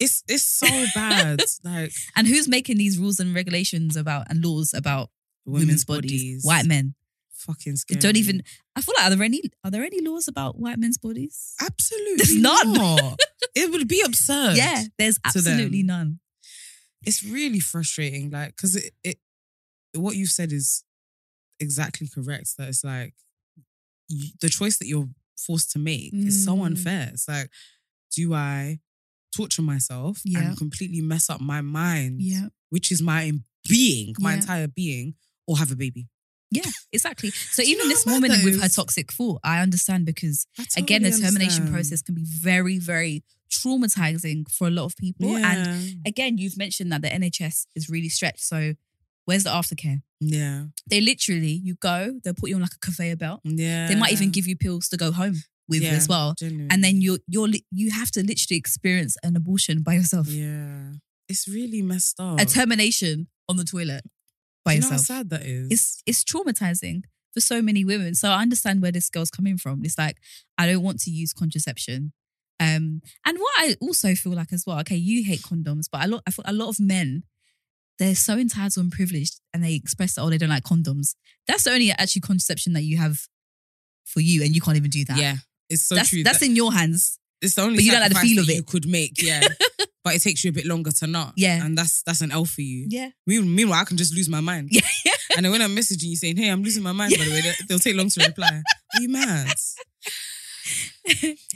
[SPEAKER 3] It's it's so bad. like
[SPEAKER 2] And who's making these rules and regulations about and laws about
[SPEAKER 3] women's,
[SPEAKER 2] women's,
[SPEAKER 3] bodies.
[SPEAKER 2] bodies? White men.
[SPEAKER 3] Fucking
[SPEAKER 2] They
[SPEAKER 3] scary.
[SPEAKER 2] Don't even I feel like are there any are there any laws about white men's bodies?
[SPEAKER 3] Oh. Absolutely.
[SPEAKER 2] There's none.
[SPEAKER 3] not. it would be absurd.
[SPEAKER 2] Yeah, there's
[SPEAKER 3] to them.
[SPEAKER 2] absolutely none.
[SPEAKER 3] it's really frustrating like because it, it what you said is exactly correct that it's like you, the choice that you're forced to make is so
[SPEAKER 2] Mm.
[SPEAKER 3] unfair it's like do i torture myself
[SPEAKER 2] Yeah.
[SPEAKER 3] and completely mess up my mind
[SPEAKER 2] Yeah.
[SPEAKER 3] which is my being my
[SPEAKER 2] Yeah.
[SPEAKER 3] entire being or have a baby
[SPEAKER 2] Yeah, exactly. So
[SPEAKER 3] Do you
[SPEAKER 2] even
[SPEAKER 3] know
[SPEAKER 2] this
[SPEAKER 3] how mad
[SPEAKER 2] woman
[SPEAKER 3] that
[SPEAKER 2] with her
[SPEAKER 3] is?
[SPEAKER 2] toxic thought, I understand because
[SPEAKER 3] I
[SPEAKER 2] again, the
[SPEAKER 3] totally
[SPEAKER 2] termination
[SPEAKER 3] understand.
[SPEAKER 2] process can be very, very traumatizing for a lot of people. And
[SPEAKER 3] yeah
[SPEAKER 2] again, you've mentioned that the NHS is really stretched. So where's the aftercare?
[SPEAKER 3] yeah
[SPEAKER 2] They literally, you go, they'll put you on like a conveyor belt.
[SPEAKER 3] yeah
[SPEAKER 2] They might even give you pills to go home with
[SPEAKER 3] Yeah.
[SPEAKER 2] as well.
[SPEAKER 3] Genuine.
[SPEAKER 2] And then you're you're li- you have to literally experience an abortion by yourself,
[SPEAKER 3] yeah it's really messed up
[SPEAKER 2] a termination on the toilet by
[SPEAKER 3] Oh. you know how
[SPEAKER 2] yourself.
[SPEAKER 3] sad that is
[SPEAKER 2] it's it's traumatizing for so many women. So I understand where this girl's coming from. It's like I don't want to use contraception. Um, and what I also feel like as well, okay, you hate condoms, but a lot I feel a lot of men, they're so entitled and privileged, and they express that oh they don't like condoms. That's the only actually contraception that you have for you, and you can't even do that.
[SPEAKER 3] yeah it's so
[SPEAKER 2] that's
[SPEAKER 3] true
[SPEAKER 2] that's
[SPEAKER 3] That-
[SPEAKER 2] in your hands.
[SPEAKER 3] It's the only
[SPEAKER 2] But you don't like the
[SPEAKER 3] sacrifice
[SPEAKER 2] feel of
[SPEAKER 3] that
[SPEAKER 2] it.
[SPEAKER 3] you could make, yeah. but it takes you a bit longer to not.
[SPEAKER 2] Yeah.
[SPEAKER 3] And that's that's an L for you.
[SPEAKER 2] Yeah,
[SPEAKER 3] Me- Meanwhile, I can just lose my mind.
[SPEAKER 2] Yeah.
[SPEAKER 3] And then when I'm messaging you saying, hey, I'm losing my mind, by the way, they- they'll take long to reply. Are you mad?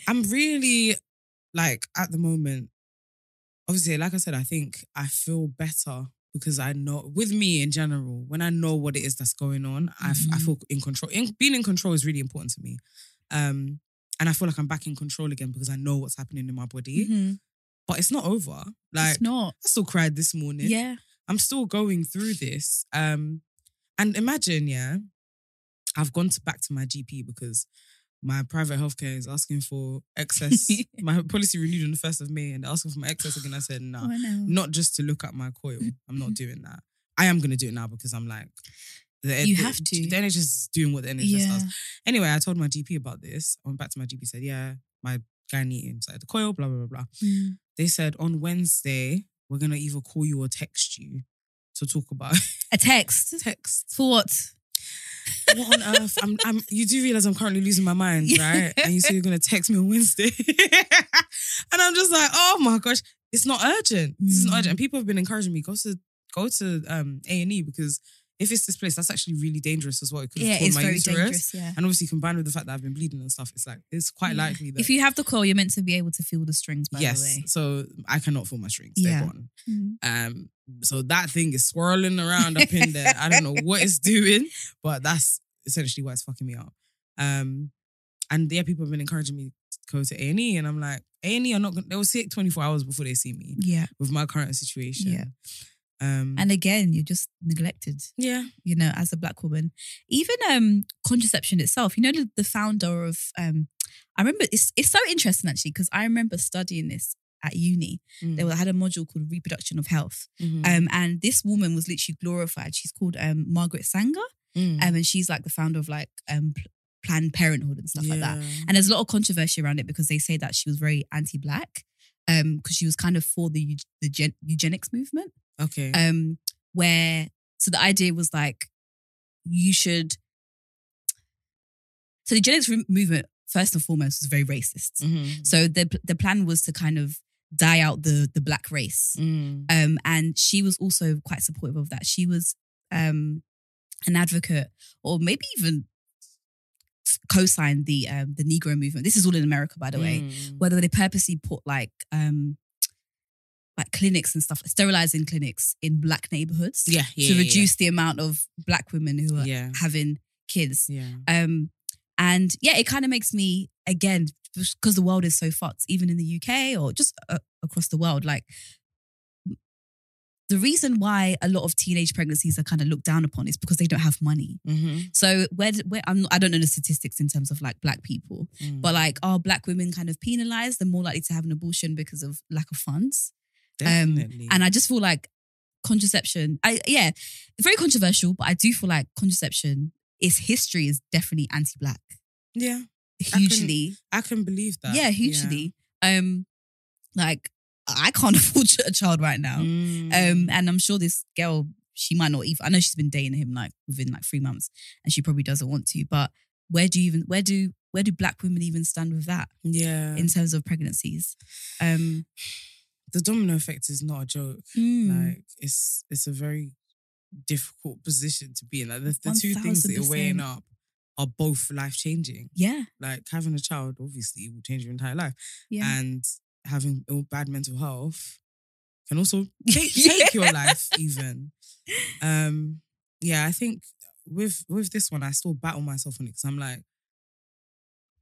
[SPEAKER 3] I'm really like at the moment, obviously, like I said, I think I feel better because I know with me in general, when I know what it is that's going on, I f- I
[SPEAKER 2] Mhm.
[SPEAKER 3] feel in control. In, being in control is really important to me. Um, and I feel like I'm back in control again because I know what's happening in my body.
[SPEAKER 2] Mhm.
[SPEAKER 3] But it's not over. Like
[SPEAKER 2] it's not.
[SPEAKER 3] I still cried this morning.
[SPEAKER 2] Yeah,
[SPEAKER 3] I'm still going through this. Um, and imagine, yeah, I've gone to back to my GP because my private healthcare is asking for excess. my policy renewed on the first of May, and they're asking for my excess again. I said, no,
[SPEAKER 2] oh, I know.
[SPEAKER 3] not just to look at my coil. I'm not doing that. I am gonna do it now because I'm like, the,
[SPEAKER 2] You
[SPEAKER 3] the-
[SPEAKER 2] have to.
[SPEAKER 3] The NHS is doing what the NHS
[SPEAKER 2] yeah,
[SPEAKER 3] does. Anyway, I told my GP about this. I went back to my GP, said, yeah, my gynae inside the coil, blah blah blah blah
[SPEAKER 2] Mm.
[SPEAKER 3] they said on Wednesday, we're going to either call you or text you to talk about
[SPEAKER 2] a text
[SPEAKER 3] text.
[SPEAKER 2] for what?
[SPEAKER 3] What on earth? I'm, I'm, you do realize I'm currently losing my mind,
[SPEAKER 2] Yeah.
[SPEAKER 3] right? And you say you're going to text me on Wednesday. and I'm just like, oh my gosh, it's not urgent. This isn't
[SPEAKER 2] Mm.
[SPEAKER 3] urgent. And people have been encouraging me, go to go to um, A&E because if it's this place, that's actually really dangerous as well. It could
[SPEAKER 2] Yeah,
[SPEAKER 3] have torn
[SPEAKER 2] it's
[SPEAKER 3] my
[SPEAKER 2] very
[SPEAKER 3] uterus.
[SPEAKER 2] dangerous. Yeah.
[SPEAKER 3] And obviously combined with the fact that I've been bleeding and stuff, it's like, it's quite
[SPEAKER 2] Yeah.
[SPEAKER 3] likely that.
[SPEAKER 2] If you have the coil, you're meant to be able to feel the strings, by the
[SPEAKER 3] yes,
[SPEAKER 2] way.
[SPEAKER 3] so I cannot feel my strings.
[SPEAKER 2] Yeah. Mm-hmm.
[SPEAKER 3] They're gone. Um, so that thing is swirling around up in there. I don't know what it's doing, but that's essentially why it's fucking me up. Um, and yeah, people have been encouraging me to go to A and E, and I'm like, A and E are not. Gonna, they'll see it 24 hours before they see me
[SPEAKER 2] Yeah.
[SPEAKER 3] with my current situation.
[SPEAKER 2] Yeah.
[SPEAKER 3] Um,
[SPEAKER 2] And again, you're just neglected,
[SPEAKER 3] yeah,
[SPEAKER 2] you know, as a black woman. Even um contraception itself, you know, the- the founder of um I remember it's it's so interesting actually, because I remember studying this at uni.
[SPEAKER 3] Mm.
[SPEAKER 2] They were- had a module called reproduction of health.
[SPEAKER 3] Mhm.
[SPEAKER 2] Um and this woman was literally glorified. She's called um Margaret Sanger.
[SPEAKER 3] Mm.
[SPEAKER 2] Um and she's like the founder of like um Pl- Planned Parenthood and stuff like that.
[SPEAKER 3] Yeah.
[SPEAKER 2] And there's a lot of controversy around it because they say that she was very anti-black, um, because she was kind of for the eu- the gen- eugenics movement,
[SPEAKER 3] Okay.
[SPEAKER 2] um, where so the idea was like you should. So the eugenics re- movement, first and foremost, was very racist.
[SPEAKER 3] Mhm.
[SPEAKER 2] So the the plan was to kind of die out the the black race,
[SPEAKER 3] Mm.
[SPEAKER 2] um, and she was also quite supportive of that. She was um, an advocate, or maybe even co-signed the um, the Negro movement. This is all in America, by the
[SPEAKER 3] Mm.
[SPEAKER 2] way. Whether they purposely put like um like clinics and stuff, sterilizing clinics in black neighborhoods
[SPEAKER 3] Yeah, yeah.
[SPEAKER 2] to
[SPEAKER 3] yeah,
[SPEAKER 2] reduce the amount of black women who are
[SPEAKER 3] Yeah.
[SPEAKER 2] having kids.
[SPEAKER 3] Yeah.
[SPEAKER 2] Um, and yeah, it kind of makes me again because the world is so fucked, even in the UK or just uh, across the world. Like the reason why a lot of teenage pregnancies are kind of looked down upon is because they don't have money.
[SPEAKER 3] yeah. Mhm.
[SPEAKER 2] So where d- where I'm not, I don't know the statistics in terms of like black people,
[SPEAKER 3] Mm.
[SPEAKER 2] but like are black women kind of penalized? They're more likely to have an abortion because of lack of funds. Um,
[SPEAKER 3] Definitely.
[SPEAKER 2] And I just feel like contraception, I yeah, very controversial, but I do feel like contraception, its history is definitely anti-black.
[SPEAKER 3] yeah, I can-
[SPEAKER 2] Hugely.
[SPEAKER 3] I can believe that.
[SPEAKER 2] yeah, hugely. Um, like I can't afford a child right now.
[SPEAKER 3] Mm.
[SPEAKER 2] Um, and I'm sure this girl, she might not even. I know she's been dating him like within like three months, and she probably doesn't want to. But where do you even where do where do black women even stand with that
[SPEAKER 3] yeah.
[SPEAKER 2] in terms of pregnancies? Um,
[SPEAKER 3] the domino effect is not a joke.
[SPEAKER 2] mm,
[SPEAKER 3] Like it's it's a very difficult position to be in. Like the, the two things that you're
[SPEAKER 2] 1000%.
[SPEAKER 3] weighing up are both life changing.
[SPEAKER 2] yeah,
[SPEAKER 3] Like having a child obviously will change your entire life,
[SPEAKER 2] yeah,
[SPEAKER 3] and having ill, bad mental health can also take,
[SPEAKER 2] Yeah.
[SPEAKER 3] take your life. Even, um, yeah, I think with with this one, I still battle myself on it because I'm like.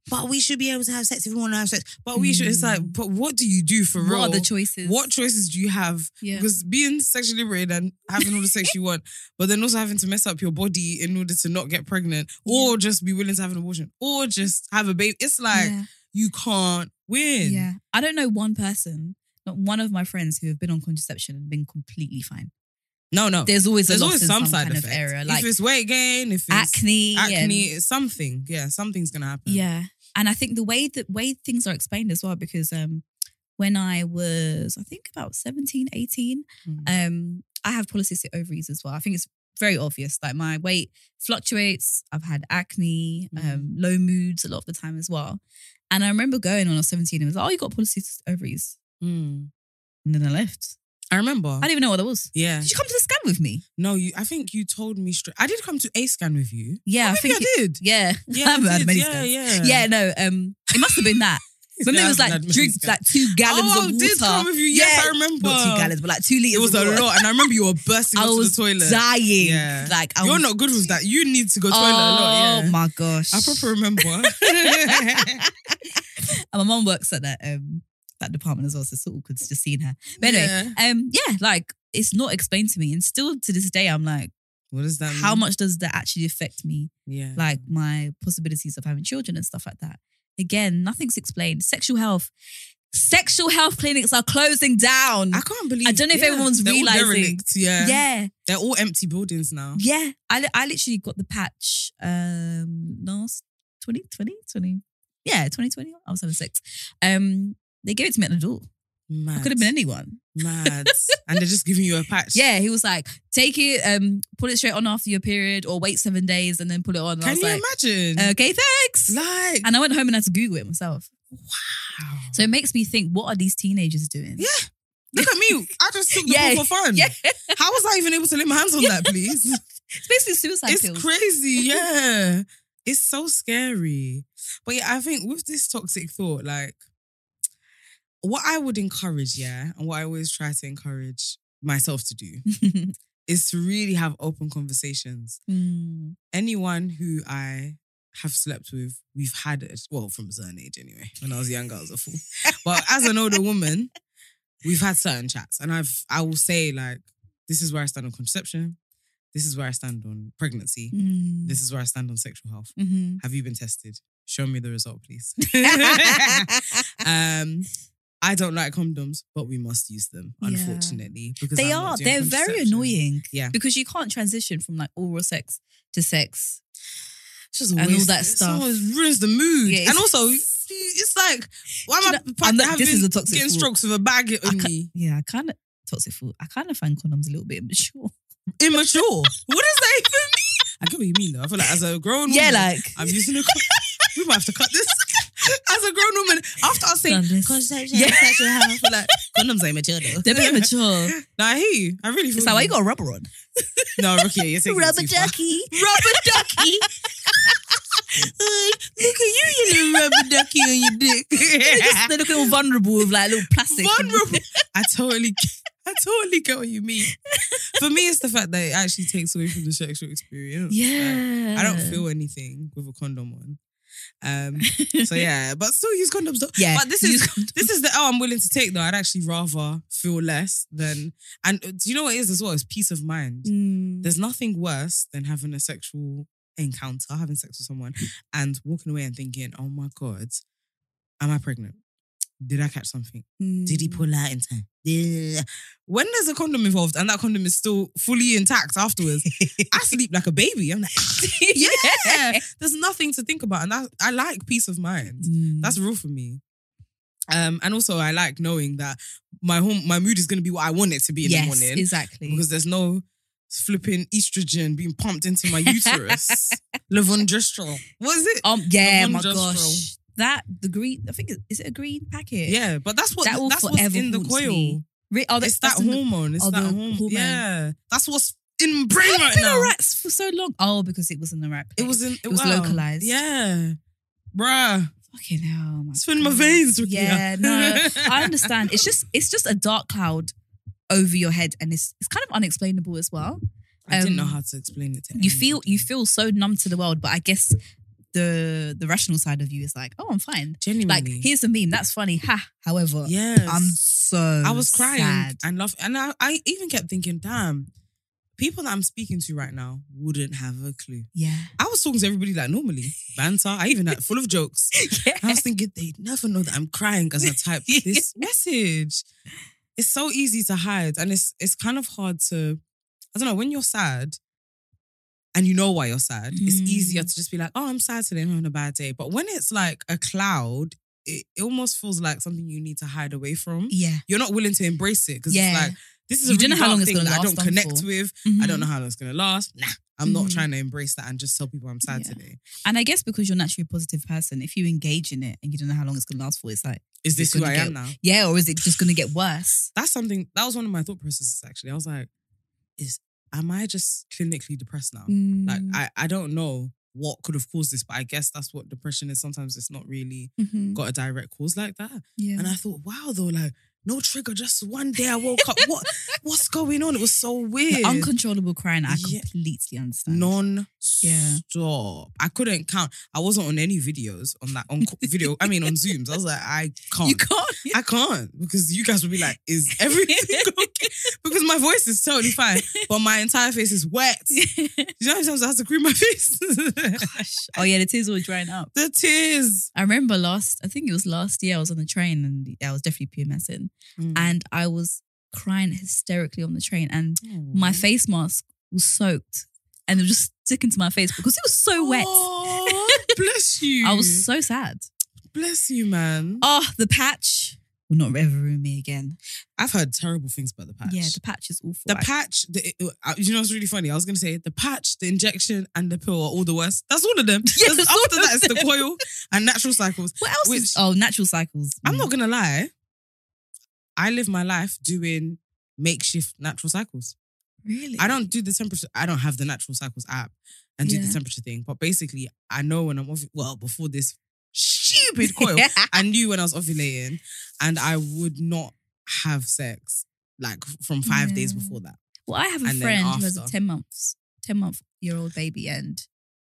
[SPEAKER 3] But we should be able to have sex if we want to have sex. But we should. It's like,
[SPEAKER 2] Mm.
[SPEAKER 3] but what do you do for
[SPEAKER 2] what
[SPEAKER 3] real?
[SPEAKER 2] are the choices?
[SPEAKER 3] what choices do you have
[SPEAKER 2] Yeah.
[SPEAKER 3] because being sexually liberated and having all the sex you want, but then also having to mess up your body in order to not get pregnant, or just be willing to have an abortion, or just have a baby. It's like
[SPEAKER 2] yeah,
[SPEAKER 3] you can't win.
[SPEAKER 2] yeah. I don't know one person, not one of my friends who have been on contraception and been completely fine.
[SPEAKER 3] No, no.
[SPEAKER 2] There's always a
[SPEAKER 3] Oh. There's
[SPEAKER 2] loss
[SPEAKER 3] always
[SPEAKER 2] in
[SPEAKER 3] some,
[SPEAKER 2] some,
[SPEAKER 3] side
[SPEAKER 2] kind
[SPEAKER 3] effect.
[SPEAKER 2] of area,
[SPEAKER 3] if
[SPEAKER 2] like
[SPEAKER 3] it's weight gain, if it's acne,
[SPEAKER 2] acne, and-
[SPEAKER 3] it's something. Yeah, something's gonna happen.
[SPEAKER 2] Yeah. And I think the way that way things are explained as well, because um when I was, I think about 17, 18,
[SPEAKER 3] Mm.
[SPEAKER 2] um, I have polycystic ovaries as well. I think it's very obvious. Like my weight fluctuates, I've had acne,
[SPEAKER 3] Mm.
[SPEAKER 2] um, low moods a lot of the time as well. And I remember going when I was 17 and it was like, oh, you got polycystic ovaries.
[SPEAKER 3] Mm.
[SPEAKER 2] And then I left.
[SPEAKER 3] I remember.
[SPEAKER 2] I didn't even know what that was.
[SPEAKER 3] yeah.
[SPEAKER 2] Did you come to the scan with me?
[SPEAKER 3] No, you. I think you told me straight. I did come to a scan with you.
[SPEAKER 2] Yeah,
[SPEAKER 3] Maybe
[SPEAKER 2] I think. it-
[SPEAKER 3] I did.
[SPEAKER 2] yeah.
[SPEAKER 3] Yeah,
[SPEAKER 2] I've
[SPEAKER 3] I
[SPEAKER 2] had
[SPEAKER 3] did.
[SPEAKER 2] many
[SPEAKER 3] yeah,
[SPEAKER 2] scans.
[SPEAKER 3] yeah,
[SPEAKER 2] Yeah, no, um, it must have been that. Remember, it was
[SPEAKER 3] Mm. I've had
[SPEAKER 2] like
[SPEAKER 3] many
[SPEAKER 2] drink
[SPEAKER 3] scans.
[SPEAKER 2] like two gallons
[SPEAKER 3] oh,
[SPEAKER 2] of water.
[SPEAKER 3] did come with you. Yes, I remember.
[SPEAKER 2] Not two gallons, but like two liters.
[SPEAKER 3] It was
[SPEAKER 2] of
[SPEAKER 3] a
[SPEAKER 2] water.
[SPEAKER 3] lot, and I remember you were bursting
[SPEAKER 2] I
[SPEAKER 3] into
[SPEAKER 2] was
[SPEAKER 3] the toilet.
[SPEAKER 2] dying.
[SPEAKER 3] Yeah.
[SPEAKER 2] Like I
[SPEAKER 3] You're
[SPEAKER 2] was,
[SPEAKER 3] not good with that. You need to go
[SPEAKER 2] Oh
[SPEAKER 3] toilet a lot. Yeah.
[SPEAKER 2] my gosh!
[SPEAKER 3] I proper remember.
[SPEAKER 2] And my mom works at that um that department as well, so it's so awkward just seeing her. But anyway,
[SPEAKER 3] Yeah.
[SPEAKER 2] um, yeah, like it's not explained to me, and still to this day, I'm like,
[SPEAKER 3] What does that mean?
[SPEAKER 2] how much does that actually affect me?
[SPEAKER 3] Yeah.
[SPEAKER 2] Like my possibilities of having children and stuff like that. Again, nothing's explained. Sexual health, sexual health clinics are closing down.
[SPEAKER 3] I can't believe.
[SPEAKER 2] I don't know if
[SPEAKER 3] yeah.
[SPEAKER 2] everyone's
[SPEAKER 3] They're all
[SPEAKER 2] realizing.
[SPEAKER 3] derelict, yeah.
[SPEAKER 2] yeah.
[SPEAKER 3] They're all empty buildings now.
[SPEAKER 2] Yeah, I, li- I literally got the patch um last 2020, 20, yeah, 2020. I was having sex. Um, they gave it to me at the door.
[SPEAKER 3] Mad.
[SPEAKER 2] It could have been anyone.
[SPEAKER 3] Mad. and they're just giving you a patch.
[SPEAKER 2] Yeah, he was like, take it, um, put it straight on after your period, or wait seven days and then put it on. And
[SPEAKER 3] Can
[SPEAKER 2] I was
[SPEAKER 3] you
[SPEAKER 2] like,
[SPEAKER 3] imagine?
[SPEAKER 2] okay, thanks.
[SPEAKER 3] like,
[SPEAKER 2] And I went home and had to Google it myself.
[SPEAKER 3] wow.
[SPEAKER 2] So it makes me think, what are these teenagers doing?
[SPEAKER 3] Yeah. Look at me. I just took the
[SPEAKER 2] Yeah.
[SPEAKER 3] ball for fun.
[SPEAKER 2] Yeah.
[SPEAKER 3] How was I even able to lay my hands on that, please?
[SPEAKER 2] It's basically suicide
[SPEAKER 3] it's
[SPEAKER 2] pills.
[SPEAKER 3] crazy yeah it's so scary but yeah i think with this toxic thought like what i would encourage yeah and what i always try to encourage myself to do is to really have open conversations
[SPEAKER 2] Mm,
[SPEAKER 3] anyone who i have slept with we've had it well from a certain age anyway when i was younger i was a fool but as an older woman we've had certain chats and i've i will say like this is where i stand on contraception this is where i stand on pregnancy
[SPEAKER 2] mm,
[SPEAKER 3] this is where I stand on sexual health.
[SPEAKER 2] mhm.
[SPEAKER 3] Have you been tested? Show me the result, please. um, I don't like condoms, but we must use them,
[SPEAKER 2] Yeah.
[SPEAKER 3] unfortunately. Because
[SPEAKER 2] They
[SPEAKER 3] I'm not
[SPEAKER 2] are.
[SPEAKER 3] doing
[SPEAKER 2] They're very
[SPEAKER 3] contraception.
[SPEAKER 2] annoying.
[SPEAKER 3] Yeah.
[SPEAKER 2] Because you can't transition from like oral sex to sex.
[SPEAKER 3] It's just
[SPEAKER 2] and all
[SPEAKER 3] waste-
[SPEAKER 2] that
[SPEAKER 3] it's
[SPEAKER 2] stuff.
[SPEAKER 3] always ruins the mood.
[SPEAKER 2] Yeah, it's-
[SPEAKER 3] and also, it's like, why
[SPEAKER 2] Do
[SPEAKER 3] am
[SPEAKER 2] you
[SPEAKER 3] I
[SPEAKER 2] know- I'm not- this
[SPEAKER 3] having-
[SPEAKER 2] is a toxic
[SPEAKER 3] getting
[SPEAKER 2] thought.
[SPEAKER 3] strokes with a bag
[SPEAKER 2] I
[SPEAKER 3] on
[SPEAKER 2] ca-
[SPEAKER 3] me?
[SPEAKER 2] Yeah, I kind of toxic fool. I kind of find condoms a little bit immature.
[SPEAKER 3] Immature. what does that even mean? I get what you mean, though. I feel like as a grown woman,
[SPEAKER 2] like
[SPEAKER 3] I'm using a. con- we might have to cut this. As a grown woman, after I say
[SPEAKER 2] Contraception, Yeah.
[SPEAKER 3] sexual health, like condoms ain't mature though.
[SPEAKER 2] they're a bit immature.
[SPEAKER 3] No, I hear you. I really feel
[SPEAKER 2] It's like why you got a rubber on?
[SPEAKER 3] No, Ricky, you're taking it too far.
[SPEAKER 2] ducky, rubber ducky.
[SPEAKER 3] Look
[SPEAKER 2] look all vulnerable with like little plastic.
[SPEAKER 3] vulnerable. I totally, I totally get what you mean. For me, it's the fact that it actually takes away from the sexual experience.
[SPEAKER 2] Yeah.
[SPEAKER 3] Like, I don't feel anything with a condom on. Um. So yeah, but still use condoms. Though.
[SPEAKER 2] Yeah.
[SPEAKER 3] But this is this is the L I'm willing to take though. I'd actually rather feel less than and uh, do you know what it is as well? It's peace of mind.
[SPEAKER 2] Mm.
[SPEAKER 3] There's nothing worse than having a sexual encounter, having sex with someone, and walking away and thinking, "Oh my god, am I pregnant? Did I catch something?
[SPEAKER 2] mm.
[SPEAKER 3] Did he pull out in time?" Yeah. When there's a condom involved and that condom is still fully intact afterwards, I sleep like a baby. I'm like, yeah. There's nothing to think about, and that, I like peace of mind.
[SPEAKER 2] Mm.
[SPEAKER 3] That's real for me. Um, and also I like knowing that my home my mood is gonna be what I want it to be in
[SPEAKER 2] yes,
[SPEAKER 3] the morning.
[SPEAKER 2] exactly.
[SPEAKER 3] Because there's no flipping estrogen being pumped into my uterus. Levondristrol. What is it?
[SPEAKER 2] um, yeah,
[SPEAKER 3] the
[SPEAKER 2] my
[SPEAKER 3] one
[SPEAKER 2] gosh,
[SPEAKER 3] just
[SPEAKER 2] that the green. I think it- is it a green packet?
[SPEAKER 3] Yeah, but that's what
[SPEAKER 2] That will
[SPEAKER 3] that's what's
[SPEAKER 2] forever
[SPEAKER 3] in the
[SPEAKER 2] haunt
[SPEAKER 3] coil.
[SPEAKER 2] me. Re- oh, that's,
[SPEAKER 3] It's that
[SPEAKER 2] that's in the-
[SPEAKER 3] hormone. It's
[SPEAKER 2] oh,
[SPEAKER 3] that
[SPEAKER 2] the
[SPEAKER 3] hormone.
[SPEAKER 2] hormone.
[SPEAKER 3] Yeah. That's what's in my brain
[SPEAKER 2] I've
[SPEAKER 3] right
[SPEAKER 2] been
[SPEAKER 3] now.
[SPEAKER 2] alright for so long. Oh, because it was in the right place.
[SPEAKER 3] It was in it,
[SPEAKER 2] was
[SPEAKER 3] wow.
[SPEAKER 2] localized.
[SPEAKER 3] Yeah. Bruh.
[SPEAKER 2] fucking hell. my
[SPEAKER 3] It's in my
[SPEAKER 2] God.
[SPEAKER 3] veins, Rukia.
[SPEAKER 2] Mm. Yeah, no, I understand. It's just it's just a dark cloud over your head, and it's it's kind of unexplainable as well.
[SPEAKER 3] I didn't know
[SPEAKER 2] Um,
[SPEAKER 3] how to explain it to
[SPEAKER 2] You feel
[SPEAKER 3] anybody.
[SPEAKER 2] you feel so numb to the world, but I guess the the rational side of you is like, oh, I'm fine. Like
[SPEAKER 3] genuinely
[SPEAKER 2] here's the meme. That's funny. Ha. However,
[SPEAKER 3] Yes.
[SPEAKER 2] I'm so
[SPEAKER 3] I was crying
[SPEAKER 2] sad.
[SPEAKER 3] and laughing. And I, I even kept thinking, damn, people that I'm speaking to right now wouldn't have a clue.
[SPEAKER 2] Yeah.
[SPEAKER 3] I was talking to everybody like normally, banter. I even had full of jokes. I
[SPEAKER 2] yeah.
[SPEAKER 3] was thinking they'd never know that I'm crying as I type this message. It's so easy to hide. And it's it's kind of hard to, I don't know, when you're sad and you know why you're sad, it's
[SPEAKER 2] Mm.
[SPEAKER 3] easier to just be like, oh, I'm sad today, I'm having a bad day. But when it's like a cloud, it, it almost feels like something you need to hide away from.
[SPEAKER 2] Yeah.
[SPEAKER 3] You're not willing to embrace it because
[SPEAKER 2] Yeah. Mm-hmm.
[SPEAKER 3] it's like, this is a
[SPEAKER 2] You don't
[SPEAKER 3] really
[SPEAKER 2] know how
[SPEAKER 3] dark
[SPEAKER 2] long it's
[SPEAKER 3] thing
[SPEAKER 2] gonna
[SPEAKER 3] that I
[SPEAKER 2] last Mm.
[SPEAKER 3] don't
[SPEAKER 2] on
[SPEAKER 3] connect
[SPEAKER 2] for.
[SPEAKER 3] with. I don't know how long it's going to last. Nah, I'm not
[SPEAKER 2] Mhm.
[SPEAKER 3] trying to embrace that and just tell people I'm sad
[SPEAKER 2] Yeah.
[SPEAKER 3] today.
[SPEAKER 2] And I guess because you're naturally a positive person, if you engage in it and you don't know how long it's gonna last for, it's like,
[SPEAKER 3] Is this
[SPEAKER 2] You're
[SPEAKER 3] who
[SPEAKER 2] gonna
[SPEAKER 3] I am
[SPEAKER 2] get-
[SPEAKER 3] now?
[SPEAKER 2] yeah, or is it just gonna get worse?
[SPEAKER 3] That's something that was one of my thought processes actually. I was like, is am I just clinically depressed now? Like
[SPEAKER 2] Mm-hmm.
[SPEAKER 3] I, I don't know what could have caused this, but I guess that's what depression is. Sometimes it's not really
[SPEAKER 2] Mhm.
[SPEAKER 3] got a direct cause like that.
[SPEAKER 2] Yeah.
[SPEAKER 3] And I thought, wow though, like no trigger, just one day I woke up. What what's going on? It was so
[SPEAKER 2] The
[SPEAKER 3] weird.
[SPEAKER 2] uncontrollable crying, I
[SPEAKER 3] Yeah.
[SPEAKER 2] completely understand.
[SPEAKER 3] non stop. I couldn't count. I wasn't on any videos on that on co- video. I mean on Zooms. I was like, I can't.
[SPEAKER 2] you can't.
[SPEAKER 3] I can't because you guys will be like, is everything okay? Because my voice is totally fine, but my entire face is wet. You know how many times I have to cream my face?
[SPEAKER 2] oh yeah, the tears were drying up.
[SPEAKER 3] the tears.
[SPEAKER 2] I remember last, I think it was last year, I was on the train and I was definitely PMSing, and I was crying hysterically on the train, and
[SPEAKER 3] Mm.
[SPEAKER 2] my face mask was soaked, and it was just sticking to my face because it was so wet.
[SPEAKER 3] Oh, bless you.
[SPEAKER 2] I was so sad.
[SPEAKER 3] bless you, man.
[SPEAKER 2] Oh, the patch will not ever ruin me again.
[SPEAKER 3] I've heard terrible things about the patch.
[SPEAKER 2] Yeah, the patch is awful.
[SPEAKER 3] The
[SPEAKER 2] I-
[SPEAKER 3] patch, the, it- uh, you know, it's really funny. I was gonna say the patch, the injection, and the pill are all the worst. That's all of them.
[SPEAKER 2] Yes,
[SPEAKER 3] Because
[SPEAKER 2] all
[SPEAKER 3] after
[SPEAKER 2] of
[SPEAKER 3] that, it's the
[SPEAKER 2] them.
[SPEAKER 3] coil and natural cycles.
[SPEAKER 2] What else? is,
[SPEAKER 3] which-
[SPEAKER 2] oh, natural cycles.
[SPEAKER 3] I'm
[SPEAKER 2] Mm.
[SPEAKER 3] not gonna lie. I live my life doing makeshift natural cycles.
[SPEAKER 2] really.
[SPEAKER 3] I don't do the temperature. I don't have the natural cycles app and do
[SPEAKER 2] Yeah.
[SPEAKER 3] the temperature thing. But basically, I know when I'm off. Well, before this stupid coil,
[SPEAKER 2] Yeah.
[SPEAKER 3] I knew when I was ovulating, and I would not have sex like f- from five days
[SPEAKER 2] Yeah.
[SPEAKER 3] before that.
[SPEAKER 2] Well, I have a
[SPEAKER 3] And then
[SPEAKER 2] friend who has a
[SPEAKER 3] after.
[SPEAKER 2] ten months, ten month year old baby, and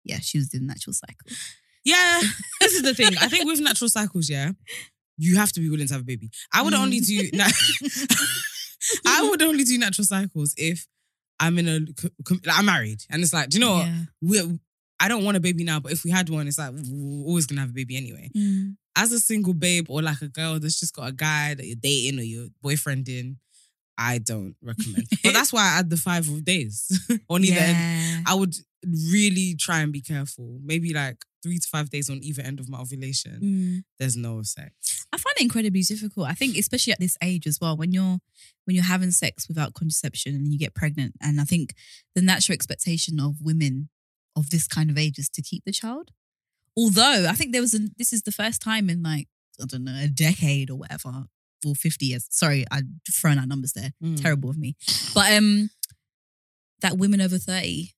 [SPEAKER 2] yeah, she was doing natural cycle.
[SPEAKER 3] Yeah, this is the thing. I think with natural cycles, yeah, you have to be willing to have a baby. I would
[SPEAKER 2] Mm.
[SPEAKER 3] only do. Na- I would only do natural cycles if I'm in a. co- com- like, I'm married, and it's like, do you know what?
[SPEAKER 2] Yeah.
[SPEAKER 3] We're, I don't want a baby now, but if we had one, it's like we're always gonna have a baby anyway.
[SPEAKER 2] Mm.
[SPEAKER 3] As a single babe or like a girl that's just got a guy that you're dating or you're boyfriending, I don't recommend. but that's why I add the five of days on either end.
[SPEAKER 2] Yeah.
[SPEAKER 3] I would really try and be careful. Maybe like three to five days on either end of my ovulation.
[SPEAKER 2] Mm.
[SPEAKER 3] There's no sex.
[SPEAKER 2] I find it incredibly difficult. I think, especially at this age as well, when you're when you're having sex without contraception and you get pregnant, and I think the natural expectation of women of this kind of age is to keep the child. Although I think there was a, this is the first time in like I don't know a decade or whatever, or fifty years. Sorry, I've thrown out numbers there.
[SPEAKER 3] Hmm. Mm.
[SPEAKER 2] terrible of me. But um, that women over thirty,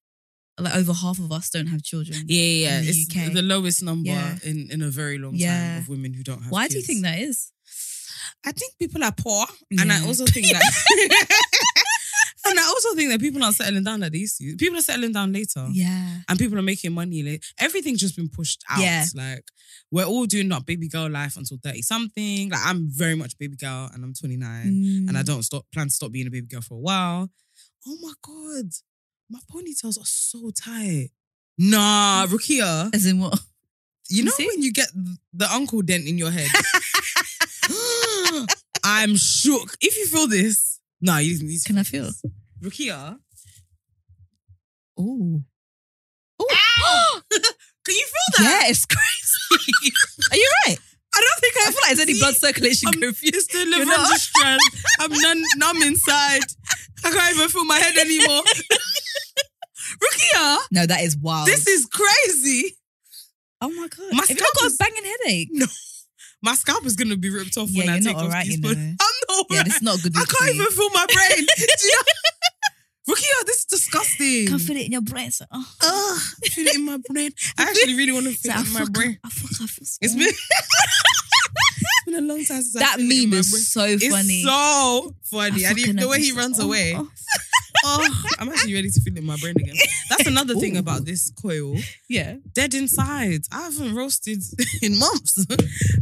[SPEAKER 2] like over half of us don't have children.
[SPEAKER 3] Yeah, yeah, yeah.
[SPEAKER 2] In the
[SPEAKER 3] it's
[SPEAKER 2] UK.
[SPEAKER 3] the lowest number
[SPEAKER 2] Yeah.
[SPEAKER 3] in, in a very long
[SPEAKER 2] Yeah.
[SPEAKER 3] time of women who don't have
[SPEAKER 2] Why do you
[SPEAKER 3] kids.
[SPEAKER 2] think that is?
[SPEAKER 3] I think people are poor, and I
[SPEAKER 2] Yeah.
[SPEAKER 3] also think that, and I also think that people aren't settling down like they used to. People are settling down later,
[SPEAKER 2] Yeah.
[SPEAKER 3] and people are making money. Like, everything's just been pushed out.
[SPEAKER 2] Yeah.
[SPEAKER 3] Like we're all doing that baby girl life until thirty something. Like I'm very much baby girl, and I'm twenty nine, and I
[SPEAKER 2] Mm. Mm-hmm.
[SPEAKER 3] don't stop plan to stop being a baby girl for a while. Oh my god, my ponytails are so tight. Nah, Rukia.
[SPEAKER 2] As in what?
[SPEAKER 3] You know
[SPEAKER 2] See?
[SPEAKER 3] when you get th- the uncle dent in your head? I'm shook. If you feel this, no, you need to.
[SPEAKER 2] Can I feel?
[SPEAKER 3] Rukia,
[SPEAKER 2] Oh.
[SPEAKER 3] can you feel that?
[SPEAKER 2] Yeah, it's crazy. Are you right? I don't think I, feel like there's any
[SPEAKER 3] See,
[SPEAKER 2] blood circulation
[SPEAKER 3] I'm
[SPEAKER 2] going through.
[SPEAKER 3] It's the
[SPEAKER 2] You're
[SPEAKER 3] Lavender
[SPEAKER 2] not.
[SPEAKER 3] strand. I'm numb, numb inside. I can't even feel my head anymore. Rukia,
[SPEAKER 2] No, that is wild.
[SPEAKER 3] this is crazy.
[SPEAKER 2] oh my god.
[SPEAKER 3] My
[SPEAKER 2] Have you
[SPEAKER 3] scalp
[SPEAKER 2] not got a
[SPEAKER 3] is-
[SPEAKER 2] banging headache?
[SPEAKER 3] My scalp is gonna be ripped off
[SPEAKER 2] Yeah,
[SPEAKER 3] when I
[SPEAKER 2] you're
[SPEAKER 3] take
[SPEAKER 2] not
[SPEAKER 3] off
[SPEAKER 2] alright,
[SPEAKER 3] these
[SPEAKER 2] you
[SPEAKER 3] put-
[SPEAKER 2] know.
[SPEAKER 3] I'm not
[SPEAKER 2] Yeah, this
[SPEAKER 3] alright.
[SPEAKER 2] is not good.
[SPEAKER 3] I
[SPEAKER 2] news for
[SPEAKER 3] can't
[SPEAKER 2] you.
[SPEAKER 3] even feel my brain. Do you know? Rukia, this is disgusting.
[SPEAKER 2] Can feel it in your brain. So, oh,
[SPEAKER 3] Ugh, I feel it in my brain. I actually really want to
[SPEAKER 2] so
[SPEAKER 3] feel
[SPEAKER 2] I,
[SPEAKER 3] it in my
[SPEAKER 2] fuck,
[SPEAKER 3] brain.
[SPEAKER 2] I fuck. I feel so
[SPEAKER 3] It's been, it's been a long time since I
[SPEAKER 2] that
[SPEAKER 3] feel it in
[SPEAKER 2] meme
[SPEAKER 3] my
[SPEAKER 2] is
[SPEAKER 3] brain.
[SPEAKER 2] so
[SPEAKER 3] It's
[SPEAKER 2] funny.
[SPEAKER 3] so funny.
[SPEAKER 2] I
[SPEAKER 3] I didn't,
[SPEAKER 2] fucking
[SPEAKER 3] the way
[SPEAKER 2] love
[SPEAKER 3] he
[SPEAKER 2] it.
[SPEAKER 3] runs
[SPEAKER 2] Oh,
[SPEAKER 3] away.
[SPEAKER 2] oh.
[SPEAKER 3] Oh, I'm actually ready to feel it in my brain again. That's another thing
[SPEAKER 2] Ooh.
[SPEAKER 3] about this coil.
[SPEAKER 2] Yeah.
[SPEAKER 3] Dead inside. I haven't roasted in months.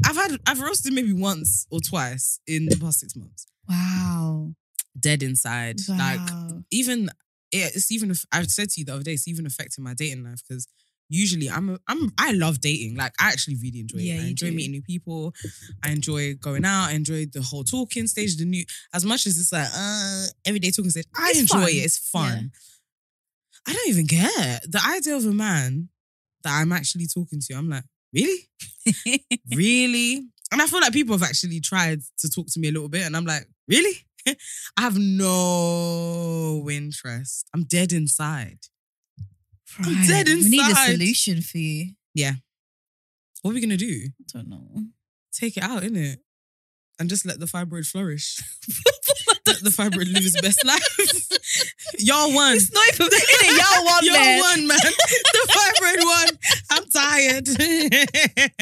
[SPEAKER 3] I've had I've roasted maybe once or twice in the past six months.
[SPEAKER 2] Wow.
[SPEAKER 3] Dead inside. Like
[SPEAKER 2] Wow.
[SPEAKER 3] even yeah, it's even I said to you the other day, it's even affecting my dating life because usually I'm a, I'm I love dating. Like I actually really enjoy
[SPEAKER 2] Yeah,
[SPEAKER 3] it. I
[SPEAKER 2] you
[SPEAKER 3] enjoy
[SPEAKER 2] do.
[SPEAKER 3] meeting new people. I enjoy going out. I enjoy the whole talking stage. The new as much as it's like uh everyday talking stage. I
[SPEAKER 2] It's
[SPEAKER 3] enjoy
[SPEAKER 2] fun.
[SPEAKER 3] it. It's fun. I don't even care the idea of a man that I'm actually talking to. I'm like really, really. And I feel like people have actually tried to talk to me a little bit, and I'm like, really? I have no interest. I'm dead inside. I'm dead
[SPEAKER 2] Right. We need a
[SPEAKER 3] inside.
[SPEAKER 2] solution for you.
[SPEAKER 3] What are we gonna do?
[SPEAKER 2] I don't know.
[SPEAKER 3] Take it out, innit? And just let the fibroid flourish. let the fibroid live its best life. Y'all won.
[SPEAKER 2] It's not even it. Y'all want
[SPEAKER 3] Y'all
[SPEAKER 2] man.
[SPEAKER 3] won, man. The fibroid won. I'm tired.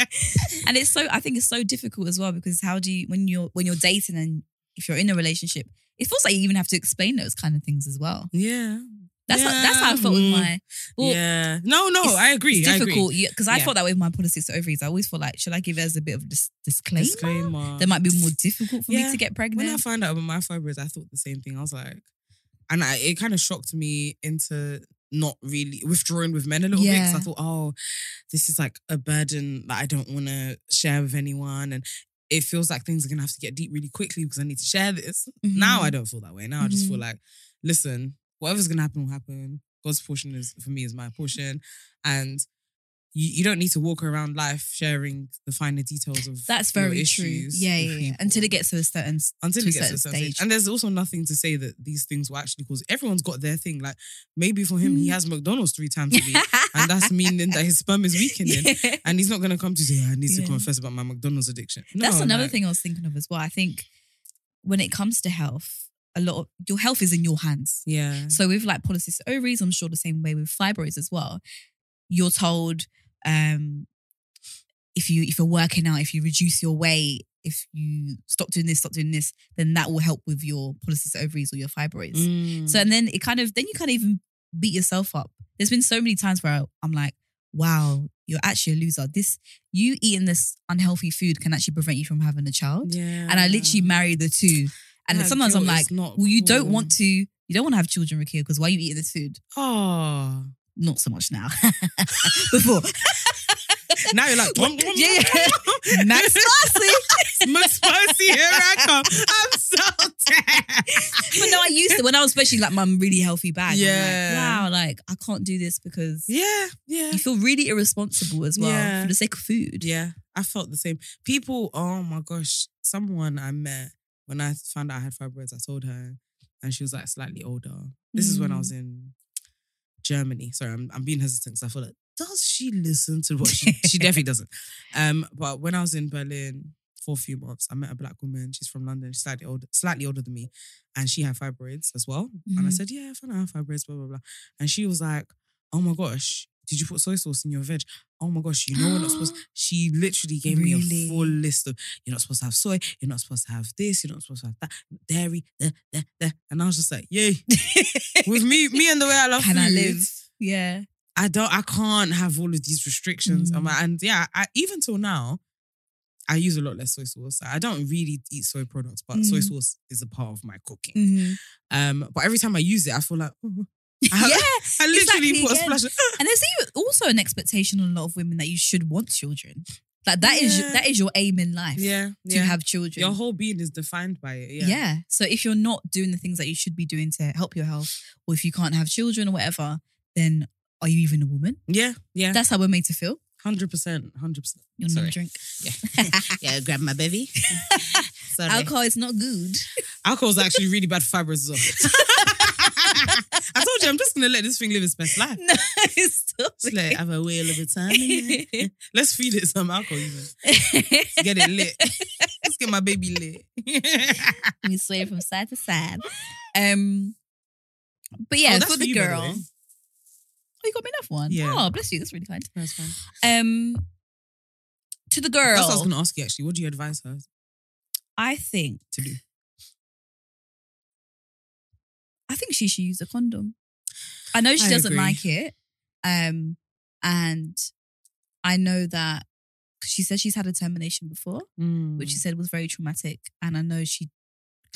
[SPEAKER 2] and it's so I think it's so difficult as well because how do you when you're when you're dating and if you're in a relationship, it feels like you even have to explain those kind of things as well.
[SPEAKER 3] yeah.
[SPEAKER 2] That's how, that's how I felt with
[SPEAKER 3] Yeah.
[SPEAKER 2] my. Well,
[SPEAKER 3] yeah. No, no,
[SPEAKER 2] it's-
[SPEAKER 3] I agree.
[SPEAKER 2] It's difficult because I,
[SPEAKER 3] Yeah.
[SPEAKER 2] felt that way with my polycystic ovaries. I always feel like should I give us a bit of dis-
[SPEAKER 3] I agree.
[SPEAKER 2] disclaimer?
[SPEAKER 3] Disclaimer.
[SPEAKER 2] That might be more difficult for
[SPEAKER 3] Yeah.
[SPEAKER 2] me to get
[SPEAKER 3] When I
[SPEAKER 2] pregnant.
[SPEAKER 3] found out about my fibroids, I thought the same thing. I was like, and I, it kind of shocked me into not really withdrawing with men a little bit 'cause bit.
[SPEAKER 2] Yeah.
[SPEAKER 3] I thought, oh, this is like a burden that I don't want to share with anyone, and it feels like things are gonna have to get deep really quickly because I need to share this.
[SPEAKER 2] Mm-hmm.
[SPEAKER 3] Now I don't feel that way. Now I just feel like, listen, whatever's gonna happen will happen. God's portion is for me is my portion, and you, you don't need to walk around life sharing the finer details of
[SPEAKER 2] That's
[SPEAKER 3] your
[SPEAKER 2] very true.
[SPEAKER 3] issues
[SPEAKER 2] Yeah,
[SPEAKER 3] with
[SPEAKER 2] yeah, yeah.
[SPEAKER 3] people
[SPEAKER 2] Until it gets to a certain. s-
[SPEAKER 3] until
[SPEAKER 2] to
[SPEAKER 3] it
[SPEAKER 2] a
[SPEAKER 3] gets to a
[SPEAKER 2] certain
[SPEAKER 3] certain stage.
[SPEAKER 2] stage.
[SPEAKER 3] And there's also nothing to say that these things will actually cause. Everyone's got their thing. Like maybe for him, he
[SPEAKER 2] Mm.
[SPEAKER 3] has McDonald's three times a week, and that's meaning that his sperm is weakening.
[SPEAKER 2] Yeah.
[SPEAKER 3] And he's not gonna come to say, "I need
[SPEAKER 2] Yeah.
[SPEAKER 3] to confess about my McDonald's addiction."
[SPEAKER 2] That's
[SPEAKER 3] No,
[SPEAKER 2] another
[SPEAKER 3] like,
[SPEAKER 2] thing I was thinking of as well. I think when it comes to health, a lot of your health is in your hands.
[SPEAKER 3] Yeah.
[SPEAKER 2] So with like polycystic ovaries, I'm sure the same way with fibroids as well. You're told um, if you if you're working out, if you reduce your weight, if you stop doing this, stop doing this, then that will help with your polycystic ovaries or your fibroids.
[SPEAKER 3] Mm.
[SPEAKER 2] So and then it kind of then you kind of even beat yourself up. There's been so many times where I, I'm like, wow, you're actually a loser. This you eating this unhealthy food can actually prevent you from having a child.
[SPEAKER 3] yeah. Oh,
[SPEAKER 2] And I literally marry the two. And
[SPEAKER 3] Yeah,
[SPEAKER 2] sometimes I'm
[SPEAKER 3] guilt
[SPEAKER 2] like,
[SPEAKER 3] is not
[SPEAKER 2] well, you don't
[SPEAKER 3] cool.
[SPEAKER 2] want to, you don't want to have children, Rakia, because why are you eating this food?
[SPEAKER 3] Oh.
[SPEAKER 2] Not so much now. Before.
[SPEAKER 3] Now you're like, "Nom, nom,
[SPEAKER 2] yeah, yeah. Nice spicy.
[SPEAKER 3] McSpicy, here I come. I'm so dead.
[SPEAKER 2] But no, I used to when I was especially like my really healthy bag.
[SPEAKER 3] Yeah.
[SPEAKER 2] I'm like, wow, like I can't do this because
[SPEAKER 3] Yeah. Yeah.
[SPEAKER 2] you feel really irresponsible as well
[SPEAKER 3] Yeah.
[SPEAKER 2] for the sake of food.
[SPEAKER 3] Yeah, I felt the same. People, oh my gosh, someone I met when I found out I had fibroids, I told her, and she was like slightly older. This is when I was in Germany. Sorry, I'm, I'm being hesitant because I feel like, does she listen to what she, she definitely doesn't. Um, but when I was in Berlin for a few months, I met a black woman. She's from London, she's slightly older, slightly older than me, and she had fibroids as well. And I
[SPEAKER 2] Mhm.
[SPEAKER 3] said, yeah, I found out I have fibroids, blah blah blah. And she was like, oh my gosh, Did you put soy sauce in your veg? Oh my gosh, you know we're not supposed. She literally gave me
[SPEAKER 4] Really?
[SPEAKER 3] a full list of you're not supposed to have soy, you're not supposed to have this, you're not supposed to have that dairy, da, da, da. and I was just like, yay! With me, me and the way I love
[SPEAKER 2] Can I
[SPEAKER 3] food,
[SPEAKER 2] live? Yeah.
[SPEAKER 3] I don't. I can't have all of these restrictions. I'm
[SPEAKER 2] Mm.
[SPEAKER 3] like- and yeah, I, even till now, I use a lot less soy sauce. I don't really eat soy products, but soy
[SPEAKER 2] Mm.
[SPEAKER 3] sauce is a part of my cooking. Um, but every time I use it, I feel like oh. I,
[SPEAKER 2] Yeah.
[SPEAKER 3] I literally
[SPEAKER 2] exactly
[SPEAKER 3] put a
[SPEAKER 2] again.
[SPEAKER 3] splash. Of,
[SPEAKER 2] And there's even also an expectation on a lot of women that you should want children. Like that is
[SPEAKER 3] Yeah.
[SPEAKER 2] that is your aim in life.
[SPEAKER 3] yeah,
[SPEAKER 2] To
[SPEAKER 3] yeah.
[SPEAKER 2] have children.
[SPEAKER 3] Your whole being is defined by it.
[SPEAKER 2] yeah.
[SPEAKER 3] Yeah.
[SPEAKER 2] So if you're not doing the things that you should be doing to help your health, or if you can't have children or whatever, then are you even a woman?
[SPEAKER 3] yeah, yeah.
[SPEAKER 2] That's how we're made to feel.
[SPEAKER 3] Hundred percent, hundred percent.
[SPEAKER 2] You're not
[SPEAKER 3] Sorry.
[SPEAKER 2] a drink.
[SPEAKER 3] Yeah, grab my baby. Sorry,
[SPEAKER 2] Alcohol is not good.
[SPEAKER 3] alcohol's actually really bad for fibers as well. I told you, I'm just gonna let this thing live its best life.
[SPEAKER 2] no, stop.
[SPEAKER 3] Just let it have a whale of a time. in there.
[SPEAKER 2] it.
[SPEAKER 3] Let's feed it some alcohol, even. Get it lit. Let's get my baby lit.
[SPEAKER 2] We sway from side to side. Um, but yeah,
[SPEAKER 3] Oh, that's
[SPEAKER 2] for
[SPEAKER 3] for
[SPEAKER 2] the
[SPEAKER 3] you, by the
[SPEAKER 2] girl.
[SPEAKER 3] way.
[SPEAKER 2] oh, you got me enough one.
[SPEAKER 3] Yeah.
[SPEAKER 2] Oh, bless you. That's really kind.
[SPEAKER 3] That's fine.
[SPEAKER 2] Um, to the girl,
[SPEAKER 3] That's what I was gonna ask you actually. What do you advise her
[SPEAKER 2] I think
[SPEAKER 3] to do?
[SPEAKER 2] I think she should use a condom. I know she
[SPEAKER 3] I
[SPEAKER 2] doesn't
[SPEAKER 3] agree.
[SPEAKER 2] like it, um, and I know that because she said she's had a termination before, which she
[SPEAKER 3] Mm.
[SPEAKER 2] said was very traumatic, and I know she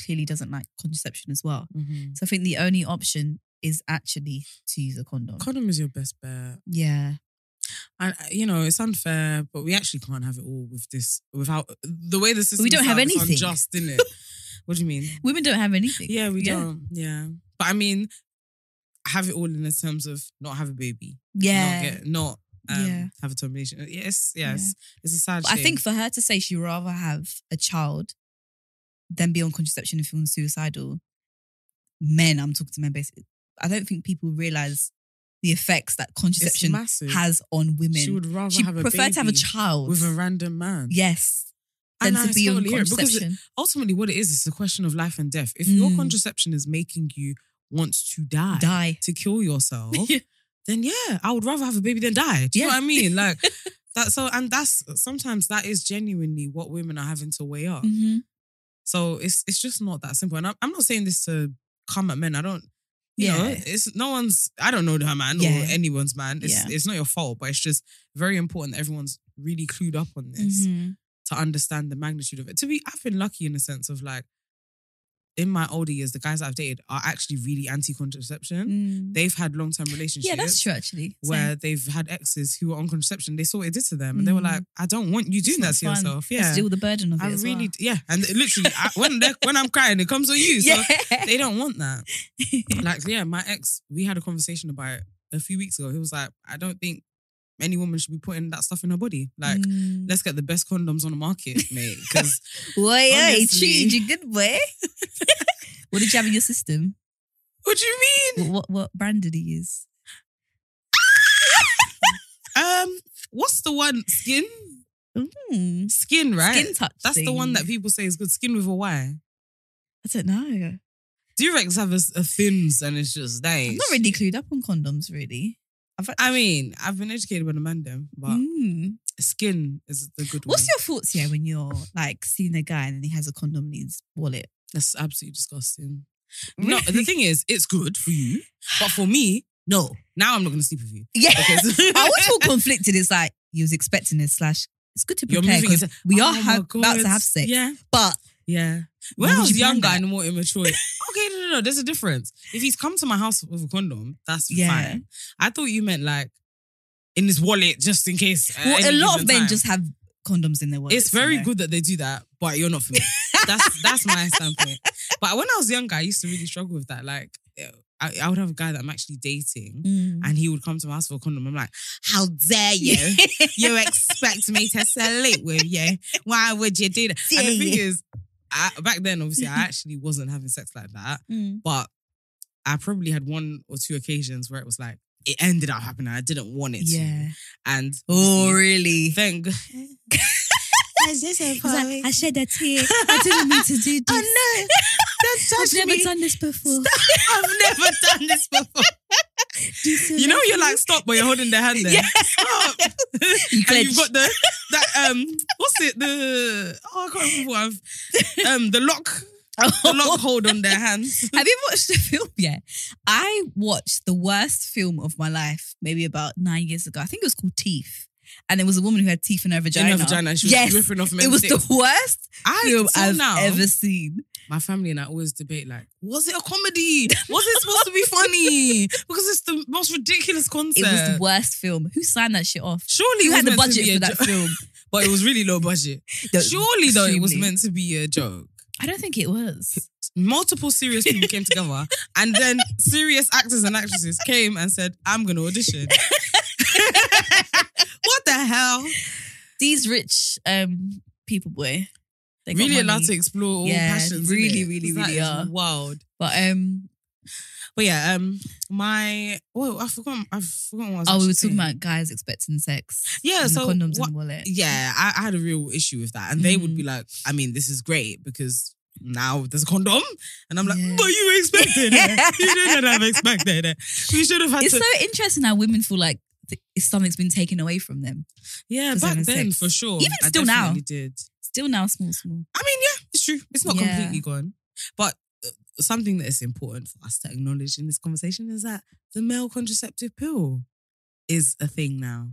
[SPEAKER 2] clearly doesn't like contraception as well.
[SPEAKER 3] Mhm.
[SPEAKER 2] So I think the only option is actually to use a condom.
[SPEAKER 3] condom is your best bet.
[SPEAKER 2] yeah.
[SPEAKER 3] And uh, you know it's unfair, but we actually can't have it all with this without the way the system.
[SPEAKER 2] don't have anything.
[SPEAKER 3] Just in it. what do you mean?
[SPEAKER 2] Women don't have anything.
[SPEAKER 3] Yeah, we don't. Yeah, but I mean, have it all in the terms of not have a baby,
[SPEAKER 2] Yeah.
[SPEAKER 3] not get, not um,
[SPEAKER 2] Yeah.
[SPEAKER 3] have a termination. Yes, yes,
[SPEAKER 2] Yeah.
[SPEAKER 3] it's a sad.
[SPEAKER 2] But I
[SPEAKER 3] shame.
[SPEAKER 2] think for her to say she'd rather have a child than be on contraception and feeling suicidal, men, I'm talking to men basically, I don't think people realize the effects that
[SPEAKER 3] it's
[SPEAKER 2] contraception
[SPEAKER 3] massive.
[SPEAKER 2] has on women.
[SPEAKER 3] She would rather
[SPEAKER 2] She
[SPEAKER 3] have a
[SPEAKER 2] preferred to have a
[SPEAKER 3] baby
[SPEAKER 2] child
[SPEAKER 3] with a random man.
[SPEAKER 2] Yes. Than
[SPEAKER 3] And
[SPEAKER 2] to
[SPEAKER 3] I
[SPEAKER 2] be on
[SPEAKER 3] totally hear it, because
[SPEAKER 2] contraception.
[SPEAKER 3] Ultimately, what it is, it's a question of life and death. If your
[SPEAKER 2] Mm.
[SPEAKER 3] contraception is making you want to die,
[SPEAKER 2] Die.
[SPEAKER 3] to kill yourself, then yeah, I would rather have a baby than die. Do you know
[SPEAKER 2] Yeah.
[SPEAKER 3] what I mean? Like that. So, and that's sometimes that is genuinely what women are having to weigh up.
[SPEAKER 2] Mhm.
[SPEAKER 3] So it's it's just not that simple. And I'm, I'm not saying this to come at men. I don't. You
[SPEAKER 2] Yeah.
[SPEAKER 3] know, it's no one's. I don't know her man
[SPEAKER 2] Yeah.
[SPEAKER 3] or anyone's man. It's
[SPEAKER 2] Yeah.
[SPEAKER 3] it's not your fault, but it's just very important. That everyone's really clued up on this
[SPEAKER 2] Mhm.
[SPEAKER 3] to understand the magnitude of it. To be, I've been lucky in the sense of like, in my older years, the guys that I've dated are actually really anti-contraception.
[SPEAKER 2] Mm.
[SPEAKER 3] They've had long-term relationships.
[SPEAKER 2] Yeah, that's true actually. Same.
[SPEAKER 3] Where they've had exes who were on contraception, they saw what it did to them, and they were
[SPEAKER 2] Mhm.
[SPEAKER 3] like, "I don't want you doing
[SPEAKER 2] not
[SPEAKER 3] that to
[SPEAKER 2] fun.
[SPEAKER 3] yourself."
[SPEAKER 2] Let's
[SPEAKER 3] Yeah,
[SPEAKER 2] deal with the burden of it.
[SPEAKER 3] I
[SPEAKER 2] as
[SPEAKER 3] really,
[SPEAKER 2] well.
[SPEAKER 3] d- yeah. And literally, I, when they're- when I'm crying, it comes on you. So
[SPEAKER 2] yeah.
[SPEAKER 3] they don't want that. Like, yeah, my ex, we had a conversation about it a few weeks ago. He was like, "I don't think any woman should be putting that stuff in her body. Like,
[SPEAKER 2] Mm.
[SPEAKER 3] let's get the best condoms on the market, mate, because."
[SPEAKER 2] Why are you
[SPEAKER 3] Honestly.
[SPEAKER 2] you good boy? what did you have in your system?
[SPEAKER 3] What do you mean?
[SPEAKER 2] What what, what brand did he use?
[SPEAKER 3] Um, what's the one skin?
[SPEAKER 2] Hmm.
[SPEAKER 3] Skin, right?
[SPEAKER 2] Skin touch.
[SPEAKER 3] That's the one that
[SPEAKER 2] thing.
[SPEAKER 3] people say is good. Skin with a Y.
[SPEAKER 2] I don't know.
[SPEAKER 3] Durex have a, s- a thins, and it's just nice.
[SPEAKER 2] I'm not really clued up on condoms, really.
[SPEAKER 3] I mean, I've been educated by the man them, but
[SPEAKER 2] Hmm.
[SPEAKER 3] skin is the good
[SPEAKER 2] What's
[SPEAKER 3] one.
[SPEAKER 2] your thoughts here when you're like seeing a guy and then he has a condom in his wallet?
[SPEAKER 3] That's absolutely disgusting. No, the thing is, it's good for you, but for me, no. Now I'm not going to sleep with you.
[SPEAKER 2] Yeah.
[SPEAKER 3] Because
[SPEAKER 2] I always feel conflicted. It's like you was expecting this slash. It's good to
[SPEAKER 3] You're
[SPEAKER 2] prepare
[SPEAKER 3] moving
[SPEAKER 2] because
[SPEAKER 3] into-
[SPEAKER 2] we are
[SPEAKER 3] Oh my
[SPEAKER 2] ha- about to
[SPEAKER 3] God.
[SPEAKER 2] have sex.
[SPEAKER 3] Yeah,
[SPEAKER 2] But
[SPEAKER 3] yeah.
[SPEAKER 2] Why
[SPEAKER 3] When I
[SPEAKER 2] did you
[SPEAKER 3] was
[SPEAKER 2] plan
[SPEAKER 3] younger
[SPEAKER 2] that?
[SPEAKER 3] and more immature, okay, no, no, no. There's a difference. If he's come to my house with a condom, that's
[SPEAKER 2] Yeah.
[SPEAKER 3] fine. I thought you meant like in his wallet, just in case. at
[SPEAKER 2] well, a
[SPEAKER 3] any
[SPEAKER 2] lot of
[SPEAKER 3] given
[SPEAKER 2] men
[SPEAKER 3] time.
[SPEAKER 2] just have condoms in their wallet.
[SPEAKER 3] It's very good that they do that, but you're not for me. That's that's my standpoint. But when I was younger, I used to really struggle with that. Like, I, I would have a guy that I'm actually dating,
[SPEAKER 2] Mm.
[SPEAKER 3] and he would come to my house for a condom. I'm like, how dare you? you expect me to salute with you? Why would you do that? And the thing is, I, back then, obviously, I actually wasn't having sex like that,
[SPEAKER 2] Mm.
[SPEAKER 3] but I probably had one or two occasions where it was like it ended up happening. I didn't want it. to.
[SPEAKER 2] Yeah.
[SPEAKER 3] and
[SPEAKER 2] Oh,
[SPEAKER 3] obviously,
[SPEAKER 2] really?
[SPEAKER 3] thank.
[SPEAKER 1] He's like, I shed a tear.
[SPEAKER 2] I didn't mean to do this.
[SPEAKER 3] no! Don't
[SPEAKER 2] I've never done this before.
[SPEAKER 3] I've never done this before. You know, you're like, stop, but you're holding their hand there.
[SPEAKER 2] Yeah.
[SPEAKER 3] Stop. and you've got the that um what's it? The oh I can't remember what I've um the lock the lock hold on their hands.
[SPEAKER 2] Have you watched the film yet? I watched the worst film of my life maybe about nine years ago. I think it was called Teeth. And it was a woman who had teeth in her vagina.
[SPEAKER 3] In her vagina, and she was
[SPEAKER 2] yes.
[SPEAKER 3] ripping off men
[SPEAKER 2] It was
[SPEAKER 3] sticks.
[SPEAKER 2] the worst
[SPEAKER 3] I
[SPEAKER 2] film
[SPEAKER 3] till
[SPEAKER 2] I've
[SPEAKER 3] now
[SPEAKER 2] ever seen.
[SPEAKER 3] my family and I always debate like, was it a comedy? Was it supposed to be funny? Because it's the most ridiculous concept.
[SPEAKER 2] It was the worst film. Who signed that shit off?
[SPEAKER 3] Surely
[SPEAKER 2] Who
[SPEAKER 3] it was
[SPEAKER 2] had the
[SPEAKER 3] meant to
[SPEAKER 2] budget
[SPEAKER 3] be a
[SPEAKER 2] for that
[SPEAKER 3] jo-
[SPEAKER 2] film?
[SPEAKER 3] but it was really low budget. Surely though, it was
[SPEAKER 2] Extremely.
[SPEAKER 3] meant to be a joke.
[SPEAKER 2] I don't think it was.
[SPEAKER 3] multiple serious people came together, and then serious actors and actresses came and said, "I'm going to audition." what the hell?
[SPEAKER 2] These rich um people, boy. They got
[SPEAKER 3] really allowed
[SPEAKER 2] money.
[SPEAKER 3] to explore all
[SPEAKER 2] Yeah,
[SPEAKER 3] passions.
[SPEAKER 2] really,
[SPEAKER 3] innit?
[SPEAKER 2] really,
[SPEAKER 3] 'Cause that
[SPEAKER 2] really
[SPEAKER 3] is
[SPEAKER 2] are.
[SPEAKER 3] wild.
[SPEAKER 2] But um,
[SPEAKER 3] But yeah, um, my oh, I forgot, I forgot what I was.
[SPEAKER 2] oh, we were
[SPEAKER 3] actually
[SPEAKER 2] talking
[SPEAKER 3] saying.
[SPEAKER 2] about guys expecting sex.
[SPEAKER 3] yeah.
[SPEAKER 2] and
[SPEAKER 3] So
[SPEAKER 2] condoms
[SPEAKER 3] what-
[SPEAKER 2] and wallet.
[SPEAKER 3] yeah, I, I had a real issue with that, and they would
[SPEAKER 2] Mhm.
[SPEAKER 3] be like, "I mean, this is great because." Now there's a condom, and I'm like,
[SPEAKER 2] Yeah.
[SPEAKER 3] but you expected it. You didn't have expected it. You should have had
[SPEAKER 2] it's
[SPEAKER 3] to.
[SPEAKER 2] so interesting how women feel like th- something's been taken away from them.
[SPEAKER 3] Yeah,
[SPEAKER 2] Because
[SPEAKER 3] back
[SPEAKER 2] having
[SPEAKER 3] then
[SPEAKER 2] sex-
[SPEAKER 3] for sure.
[SPEAKER 2] Even
[SPEAKER 3] I
[SPEAKER 2] still now.
[SPEAKER 3] definitely Did
[SPEAKER 2] Still now, small, small.
[SPEAKER 3] I mean, yeah, it's true. It's not
[SPEAKER 2] Yeah.
[SPEAKER 3] completely gone, but uh, something that is important for us to acknowledge in this conversation is that the male contraceptive pill is a thing now.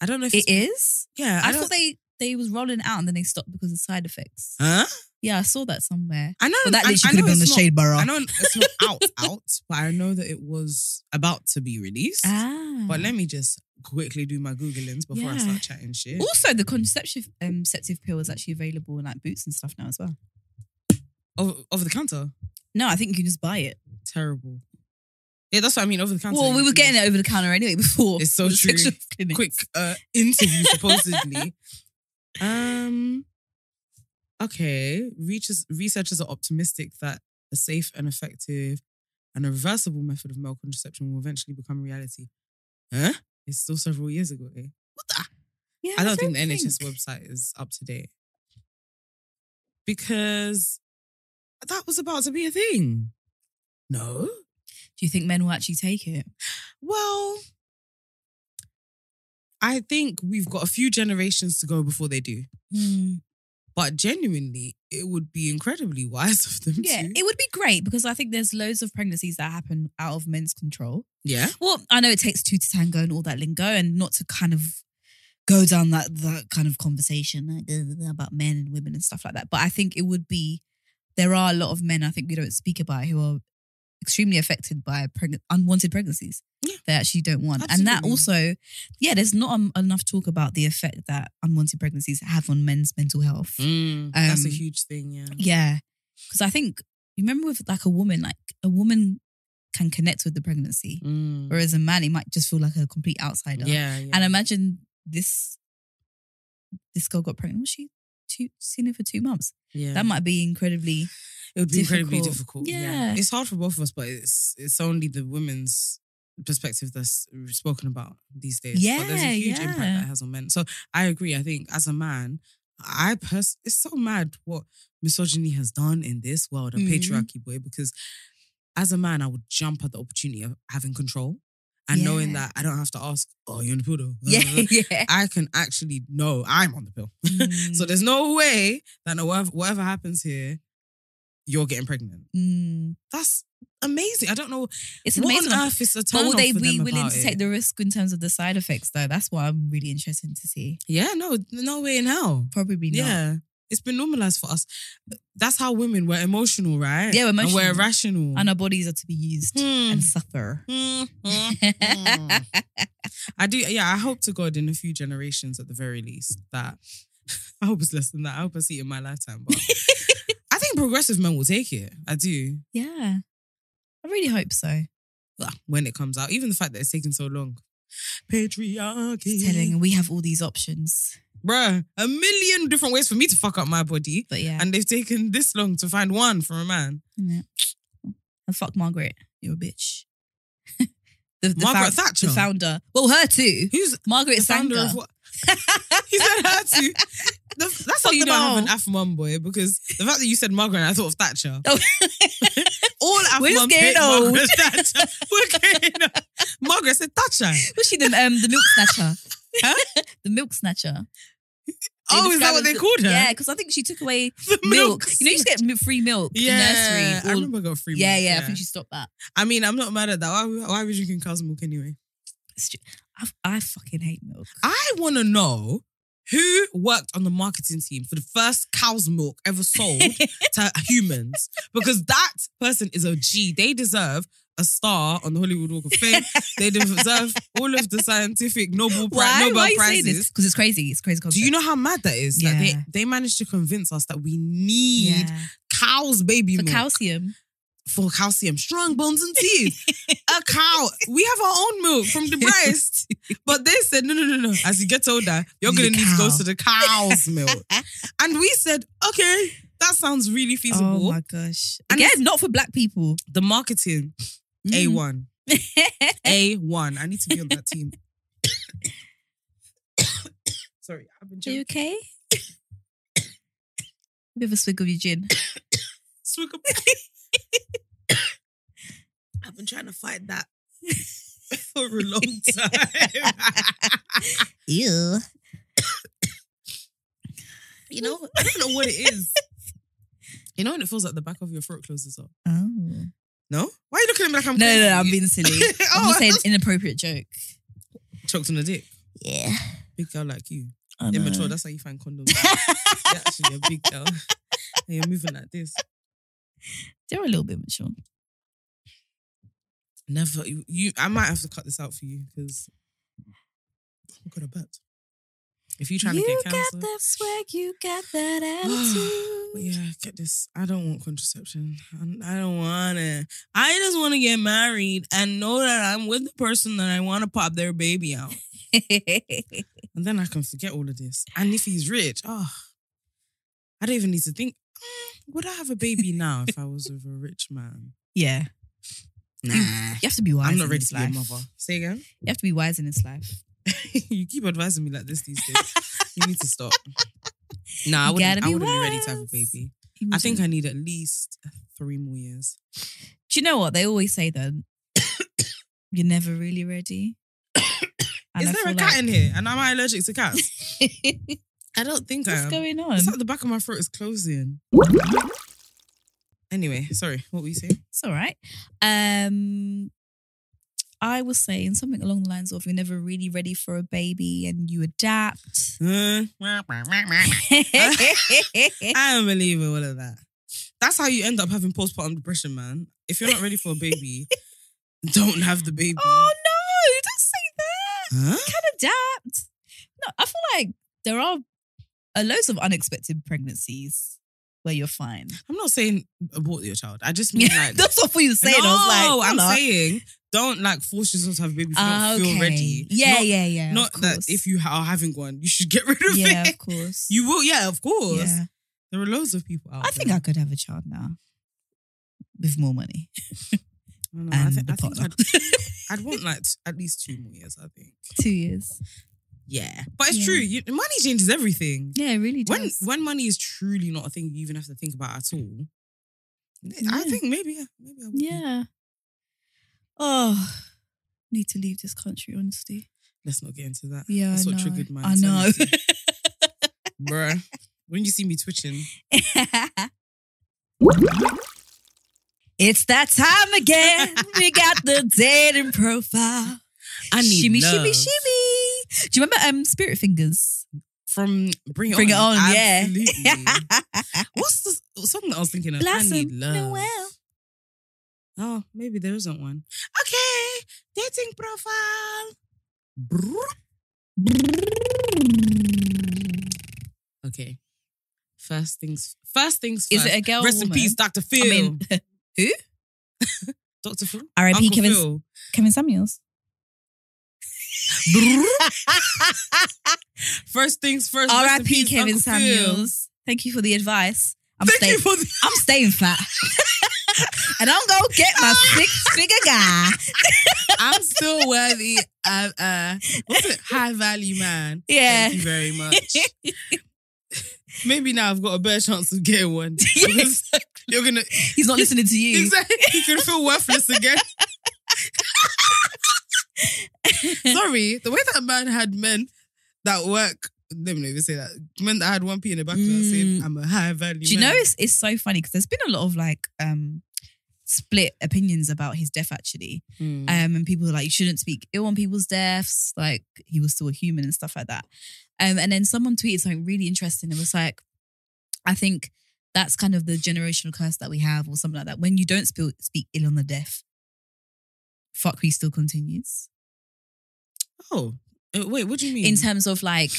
[SPEAKER 3] I don't know if
[SPEAKER 2] It
[SPEAKER 3] it's,
[SPEAKER 2] is.
[SPEAKER 3] yeah.
[SPEAKER 2] I,
[SPEAKER 3] don't-
[SPEAKER 2] thought they they was rolling out and then they stopped because of side effects.
[SPEAKER 3] Huh?
[SPEAKER 2] Yeah, I saw that somewhere.
[SPEAKER 3] I know
[SPEAKER 2] Well, that
[SPEAKER 3] I, I
[SPEAKER 2] literally could have
[SPEAKER 3] know
[SPEAKER 2] been on the
[SPEAKER 3] it's not-
[SPEAKER 2] shade bar.
[SPEAKER 3] I know it's not out, out, but I know that it was about to be released.
[SPEAKER 2] Ah.
[SPEAKER 3] But let me just quickly do my googlings before I
[SPEAKER 2] Yeah.
[SPEAKER 3] start chatting shit.
[SPEAKER 2] Also, the contraceptive um, contraceptive pill is actually available in like boots and stuff now as well.
[SPEAKER 3] Over, over the counter,
[SPEAKER 2] No, I think you can just buy it.
[SPEAKER 3] terrible. Yeah, that's what I mean. Over the counter.
[SPEAKER 2] Well, we
[SPEAKER 3] you
[SPEAKER 2] were
[SPEAKER 3] can
[SPEAKER 2] getting it over the counter anyway before.
[SPEAKER 3] It's so
[SPEAKER 2] the
[SPEAKER 3] true.
[SPEAKER 2] section of clinics.
[SPEAKER 3] quick uh, interview supposedly. Um, okay, Reaches, researchers are optimistic that a safe and effective and a reversible method of male contraception will eventually become reality. Huh? It's still several years ago. Eh? What the?
[SPEAKER 2] Yeah,
[SPEAKER 3] I don't, think the NHS website is up to date because that was about to be a thing. No.
[SPEAKER 2] Do you think men will actually take it?
[SPEAKER 3] Well, I think we've got a few generations to go before they do.
[SPEAKER 2] Hmm.
[SPEAKER 3] But genuinely, it would be incredibly wise of them
[SPEAKER 2] Yeah,
[SPEAKER 3] to.
[SPEAKER 2] it would be great because I think there's loads of pregnancies that happen out of men's control.
[SPEAKER 3] yeah.
[SPEAKER 2] Well, I know it takes two to tango and all that lingo, and not to kind of go down that that kind of conversation like, uh, about men and women and stuff like that. But I think it would be there are a lot of men I think we don't speak about who are extremely affected by pregn unwanted pregnancies.
[SPEAKER 3] Yeah.
[SPEAKER 2] They actually don't want, and that
[SPEAKER 3] Absolutely.
[SPEAKER 2] also, yeah, there's not um, enough talk about the effect that unwanted pregnancies have on men's mental health.
[SPEAKER 3] Mm, that's a
[SPEAKER 2] Um,
[SPEAKER 3] huge thing. Yeah.
[SPEAKER 2] Yeah. Because I think, you remember with like a woman, like a woman can connect with the pregnancy,
[SPEAKER 3] Mm.
[SPEAKER 2] whereas a man, he might just feel like a complete outsider.
[SPEAKER 3] Yeah. yeah.
[SPEAKER 2] And imagine this this girl got pregnant. Was she two, seen it for two months?
[SPEAKER 3] yeah.
[SPEAKER 2] That might be incredibly.
[SPEAKER 3] it would be incredibly
[SPEAKER 2] difficult.
[SPEAKER 3] difficult.
[SPEAKER 2] Yeah.
[SPEAKER 3] It's hard for both of us, but it's it's only the women's perspective that's spoken about these days. But there's
[SPEAKER 2] Yeah,
[SPEAKER 3] a huge impact
[SPEAKER 2] yeah.
[SPEAKER 3] that it has on men. So I agree. I think as a man, I pers- it's so mad what misogyny has done in this world of
[SPEAKER 2] Mhm.
[SPEAKER 3] patriarchy boy because as a man I would jump at the opportunity of having control and knowing
[SPEAKER 2] Yeah.
[SPEAKER 3] that I don't have to ask, oh you're on the pill though.
[SPEAKER 2] Yeah, yeah.
[SPEAKER 3] I can actually know I'm on the pill.
[SPEAKER 2] Mm.
[SPEAKER 3] So there's no way that no, whatever, whatever happens here, you're getting pregnant.
[SPEAKER 2] Mm.
[SPEAKER 3] That's amazing. I don't know
[SPEAKER 2] It's
[SPEAKER 3] what
[SPEAKER 2] amazing.
[SPEAKER 3] on earth is the turn
[SPEAKER 2] But will
[SPEAKER 3] off
[SPEAKER 2] they
[SPEAKER 3] for
[SPEAKER 2] be
[SPEAKER 3] them
[SPEAKER 2] willing
[SPEAKER 3] about
[SPEAKER 2] to
[SPEAKER 3] it?
[SPEAKER 2] take the risk in terms of the side effects, though? That's what I'm really interested to see.
[SPEAKER 3] Yeah, no, no way in hell.
[SPEAKER 2] Probably not.
[SPEAKER 3] Yeah, it's been normalized for us. That's how women were emotional, right?
[SPEAKER 2] Yeah, we're
[SPEAKER 3] And
[SPEAKER 2] emotional.
[SPEAKER 3] we're irrational.
[SPEAKER 2] And our bodies are to be used
[SPEAKER 3] Hmm.
[SPEAKER 2] and suffer.
[SPEAKER 3] Mm, mm. I do. Yeah, I hope to God in a few generations, at the very least, that I hope it's less than that. I hope I see it in my lifetime. But I think progressive men will take it. I do.
[SPEAKER 2] Yeah. I really hope so.
[SPEAKER 3] Well, when it comes out, even the fact that it's taking so long. Patriarchy.
[SPEAKER 2] It's telling we have all these options.
[SPEAKER 3] Bruh, a million different ways for me to fuck up my body.
[SPEAKER 2] But yeah.
[SPEAKER 3] And they've taken this long to find one for a man.
[SPEAKER 2] innit? And fuck Margaret. You're a bitch. the, the
[SPEAKER 3] Margaret
[SPEAKER 2] found-
[SPEAKER 3] Thatcher?
[SPEAKER 2] The founder. Well, her too.
[SPEAKER 3] Who's
[SPEAKER 2] Margaret
[SPEAKER 3] the founder
[SPEAKER 2] Sanger.
[SPEAKER 3] of what? He said her too. The- that's how
[SPEAKER 2] Fuck
[SPEAKER 3] you
[SPEAKER 2] them
[SPEAKER 3] know I have
[SPEAKER 2] all.
[SPEAKER 3] an F mum boy because the fact that you said Margaret, I thought of Thatcher.
[SPEAKER 2] Oh.
[SPEAKER 3] all after
[SPEAKER 2] We're just getting old.
[SPEAKER 3] We're getting old. Margaret said, touch her.
[SPEAKER 2] Was she the um the milk snatcher? The milk snatcher. They
[SPEAKER 3] Oh, is that
[SPEAKER 2] describe
[SPEAKER 3] what
[SPEAKER 2] her
[SPEAKER 3] they
[SPEAKER 2] as-
[SPEAKER 3] called her?
[SPEAKER 2] Yeah, because I think she took away
[SPEAKER 3] The
[SPEAKER 2] milk. You know, you just get mi- free milk
[SPEAKER 3] yeah,
[SPEAKER 2] in nursery.
[SPEAKER 3] I
[SPEAKER 2] All-
[SPEAKER 3] remember I got free
[SPEAKER 2] yeah,
[SPEAKER 3] milk.
[SPEAKER 2] yeah, I think she stopped that.
[SPEAKER 3] I mean, I'm not mad at that. Why, why are we drinking cow's milk anyway?
[SPEAKER 2] I, I fucking hate milk.
[SPEAKER 3] I want to know who worked on the marketing team for the first cow's milk ever sold to humans because that person is a G. They deserve a star on the Hollywood Walk of Fame. They deserve all of the scientific Nobel, Pri-
[SPEAKER 2] Why?
[SPEAKER 3] Nobel
[SPEAKER 2] Why are you saying
[SPEAKER 3] prizes.
[SPEAKER 2] this? Because it's crazy. It's a crazy. Concept.
[SPEAKER 3] Do you know how mad that is? That
[SPEAKER 2] Yeah.
[SPEAKER 3] they, they managed to convince us that we need
[SPEAKER 2] Yeah.
[SPEAKER 3] cow's baby
[SPEAKER 2] for
[SPEAKER 3] milk
[SPEAKER 2] calcium?
[SPEAKER 3] for calcium, strong bones and teeth. a cow. We have our own milk from the breast. But they said, no, no, no, no. As you get older, you're
[SPEAKER 2] Need
[SPEAKER 3] going
[SPEAKER 2] a
[SPEAKER 3] to need to
[SPEAKER 2] cow.
[SPEAKER 3] go to the cow's milk. and we said, okay, that sounds
[SPEAKER 2] Oh
[SPEAKER 3] really feasible.
[SPEAKER 2] gosh!
[SPEAKER 3] Oh And
[SPEAKER 2] Again,
[SPEAKER 3] it's- Mm.
[SPEAKER 2] not for black people.
[SPEAKER 3] the marketing,
[SPEAKER 2] Hmm.
[SPEAKER 3] A1. A1. I need to be on that team. Sorry, I've been
[SPEAKER 2] Are you
[SPEAKER 3] joking.
[SPEAKER 2] okay? Bit of a swig of your gin.
[SPEAKER 3] Swig up. I've been trying to fight that for a long time.
[SPEAKER 2] Ew.
[SPEAKER 3] You know, I don't know what it is. You know when it feels like the back of your throat closes up?
[SPEAKER 2] Oh. No,
[SPEAKER 3] No? Why are you looking at me like I'm
[SPEAKER 2] no,
[SPEAKER 3] crazy?
[SPEAKER 2] no, I'm being silly. I'm
[SPEAKER 3] Oh,
[SPEAKER 2] just saying
[SPEAKER 3] that's-
[SPEAKER 2] inappropriate joke.
[SPEAKER 3] Choked on the dick.
[SPEAKER 2] Yeah.
[SPEAKER 3] Big girl like you.
[SPEAKER 2] I know.
[SPEAKER 3] Immature, that's how you find condoms. You're actually a big girl. And you're moving like this.
[SPEAKER 2] They're a little bit mature.
[SPEAKER 3] Never. You, you- I might have to cut this out for you because I got a bet. If you're trying
[SPEAKER 5] You
[SPEAKER 3] to get cancer.
[SPEAKER 5] got that swag, you got that
[SPEAKER 3] But
[SPEAKER 5] attitude.
[SPEAKER 3] yeah, get this. I don't want contraception. I I don't want it. I just want to get married and know that I'm with the person that I want to pop their baby out. And then I can forget all of this. And if he's rich, oh, I don't even need to think. "Mm, Would I have a baby now if I was with a rich man?
[SPEAKER 2] yeah.
[SPEAKER 3] Nah.
[SPEAKER 2] You have to be wise.
[SPEAKER 3] I'm not
[SPEAKER 2] in
[SPEAKER 3] ready
[SPEAKER 2] this
[SPEAKER 3] to be a
[SPEAKER 2] life.
[SPEAKER 3] mother. Say again.
[SPEAKER 2] You have to be wise in this life.
[SPEAKER 3] you keep advising me like this these days. you need to stop. Nah, I
[SPEAKER 2] You
[SPEAKER 3] wouldn't,
[SPEAKER 2] gotta
[SPEAKER 3] I
[SPEAKER 2] be
[SPEAKER 3] wouldn't be ready to have a
[SPEAKER 2] wise.
[SPEAKER 3] baby. I think I need at least three more years.
[SPEAKER 2] Do you know what they always say? Then you're never really ready. And
[SPEAKER 3] Is
[SPEAKER 2] I
[SPEAKER 3] there
[SPEAKER 2] feel
[SPEAKER 3] a cat
[SPEAKER 2] like-
[SPEAKER 3] in here? And am I allergic to cats? I don't think I
[SPEAKER 2] What's
[SPEAKER 3] am.
[SPEAKER 2] going on?
[SPEAKER 3] It's like the back of my throat is closing. Anyway, sorry, what were you saying?
[SPEAKER 2] It's all right. Um, I was saying something along the lines of you're never really ready for a baby and you adapt.
[SPEAKER 3] Uh, I don't believe in all of that. That's how you end up having postpartum depression, man. If you're not ready for a baby, don't have the baby.
[SPEAKER 2] oh no, don't say that.
[SPEAKER 3] Huh?
[SPEAKER 2] Adapt. No, I feel like there are uh, loads of unexpected pregnancies where you're fine.
[SPEAKER 3] I'm not saying abort your child. I just mean like
[SPEAKER 2] That's what you were saying.
[SPEAKER 3] No,
[SPEAKER 2] I was like,
[SPEAKER 3] I'm
[SPEAKER 2] "Hello."
[SPEAKER 3] saying don't like force yourself to have a baby if you
[SPEAKER 2] Ah,
[SPEAKER 3] don't feel ready.
[SPEAKER 2] Yeah,
[SPEAKER 3] Not-
[SPEAKER 2] yeah, yeah.
[SPEAKER 3] Not
[SPEAKER 2] of
[SPEAKER 3] that
[SPEAKER 2] course.
[SPEAKER 3] if you ha- are having one, you should get rid of
[SPEAKER 2] yeah,
[SPEAKER 3] it.
[SPEAKER 2] of course.
[SPEAKER 3] You will, yeah, of course.
[SPEAKER 2] Yeah.
[SPEAKER 3] There are loads of people out
[SPEAKER 2] I think
[SPEAKER 3] there.
[SPEAKER 2] I could have a child now with more money.
[SPEAKER 3] I, don't know, I,
[SPEAKER 2] and
[SPEAKER 3] think,
[SPEAKER 2] a
[SPEAKER 3] I think
[SPEAKER 2] partner.
[SPEAKER 3] I'd, I'd want like t- at least two more years, I think.
[SPEAKER 2] Two years.
[SPEAKER 3] Yeah. But it's
[SPEAKER 2] Yeah.
[SPEAKER 3] true. You, money changes everything.
[SPEAKER 2] Yeah, it really
[SPEAKER 3] When
[SPEAKER 2] does.
[SPEAKER 3] when money is truly not a thing you even have to think about at all, I
[SPEAKER 2] Yeah.
[SPEAKER 3] think maybe, yeah, maybe I would. be.
[SPEAKER 2] yeah. Oh, need to leave this country, honestly.
[SPEAKER 3] Let's not get into that.
[SPEAKER 2] Yeah,
[SPEAKER 3] That's
[SPEAKER 2] I
[SPEAKER 3] what
[SPEAKER 2] know.
[SPEAKER 3] triggered my
[SPEAKER 2] I know.
[SPEAKER 3] insanity. Bruh. When you see me twitching,
[SPEAKER 2] it's that time again. we got the dating profile.
[SPEAKER 3] I need
[SPEAKER 2] shimmy, shimmy,
[SPEAKER 3] love.
[SPEAKER 2] shimmy. Do you remember um Spirit Fingers?
[SPEAKER 3] From Bring It
[SPEAKER 2] Bring it
[SPEAKER 3] On.
[SPEAKER 2] on, yeah.
[SPEAKER 3] Oh, Absolutely. What's the song that I was thinking of? I need
[SPEAKER 2] Blossom
[SPEAKER 3] love.
[SPEAKER 2] Noel.
[SPEAKER 3] Oh, maybe there isn't one. Okay, dating profile. Brrr. Okay. First things first things
[SPEAKER 2] Is
[SPEAKER 3] first.
[SPEAKER 2] it a girl? or
[SPEAKER 3] Rest in
[SPEAKER 2] woman?
[SPEAKER 3] peace, Dr. Phil.
[SPEAKER 2] I mean,
[SPEAKER 3] Dr. Phil.
[SPEAKER 2] R.I.P.
[SPEAKER 3] Uncle
[SPEAKER 2] Kevin,
[SPEAKER 3] Phil.
[SPEAKER 2] Kevin Samuels.
[SPEAKER 3] First things first. rest in
[SPEAKER 2] R.I.P.
[SPEAKER 3] peace,
[SPEAKER 2] Kevin
[SPEAKER 3] Uncle Phil.
[SPEAKER 2] Samuels. Thank you for the advice. I'm
[SPEAKER 3] Thank
[SPEAKER 2] staying.
[SPEAKER 3] you for the
[SPEAKER 2] I'm staying fat, and I'm gonna get my six figure guy.
[SPEAKER 3] I'm still worthy of uh what's it? High value man.
[SPEAKER 2] Yeah.
[SPEAKER 3] Thank you very much. Maybe now I've got a better chance of getting one. Because You're gonna
[SPEAKER 2] He's not listening to you.
[SPEAKER 3] exactly. You can feel worthless again. Sorry, the way that man had men that work. Let me not even say that. Men that had one p in the back of that saying,
[SPEAKER 2] Mm.
[SPEAKER 3] "I'm a high value."
[SPEAKER 2] Do you know
[SPEAKER 3] man."
[SPEAKER 2] it's, it's so funny because there's been a lot of like um split opinions about his death actually.
[SPEAKER 3] Mm.
[SPEAKER 2] Um and people are like you shouldn't speak ill on people's deaths, like he was still a human and stuff like that. Um and then someone tweeted something really interesting. It was like, I think that's kind of the generational curse that we have or something like that. When you don't spill, speak ill on the deaf, fuckery still continues.
[SPEAKER 3] Oh, uh, wait. What do you mean?
[SPEAKER 2] In terms of like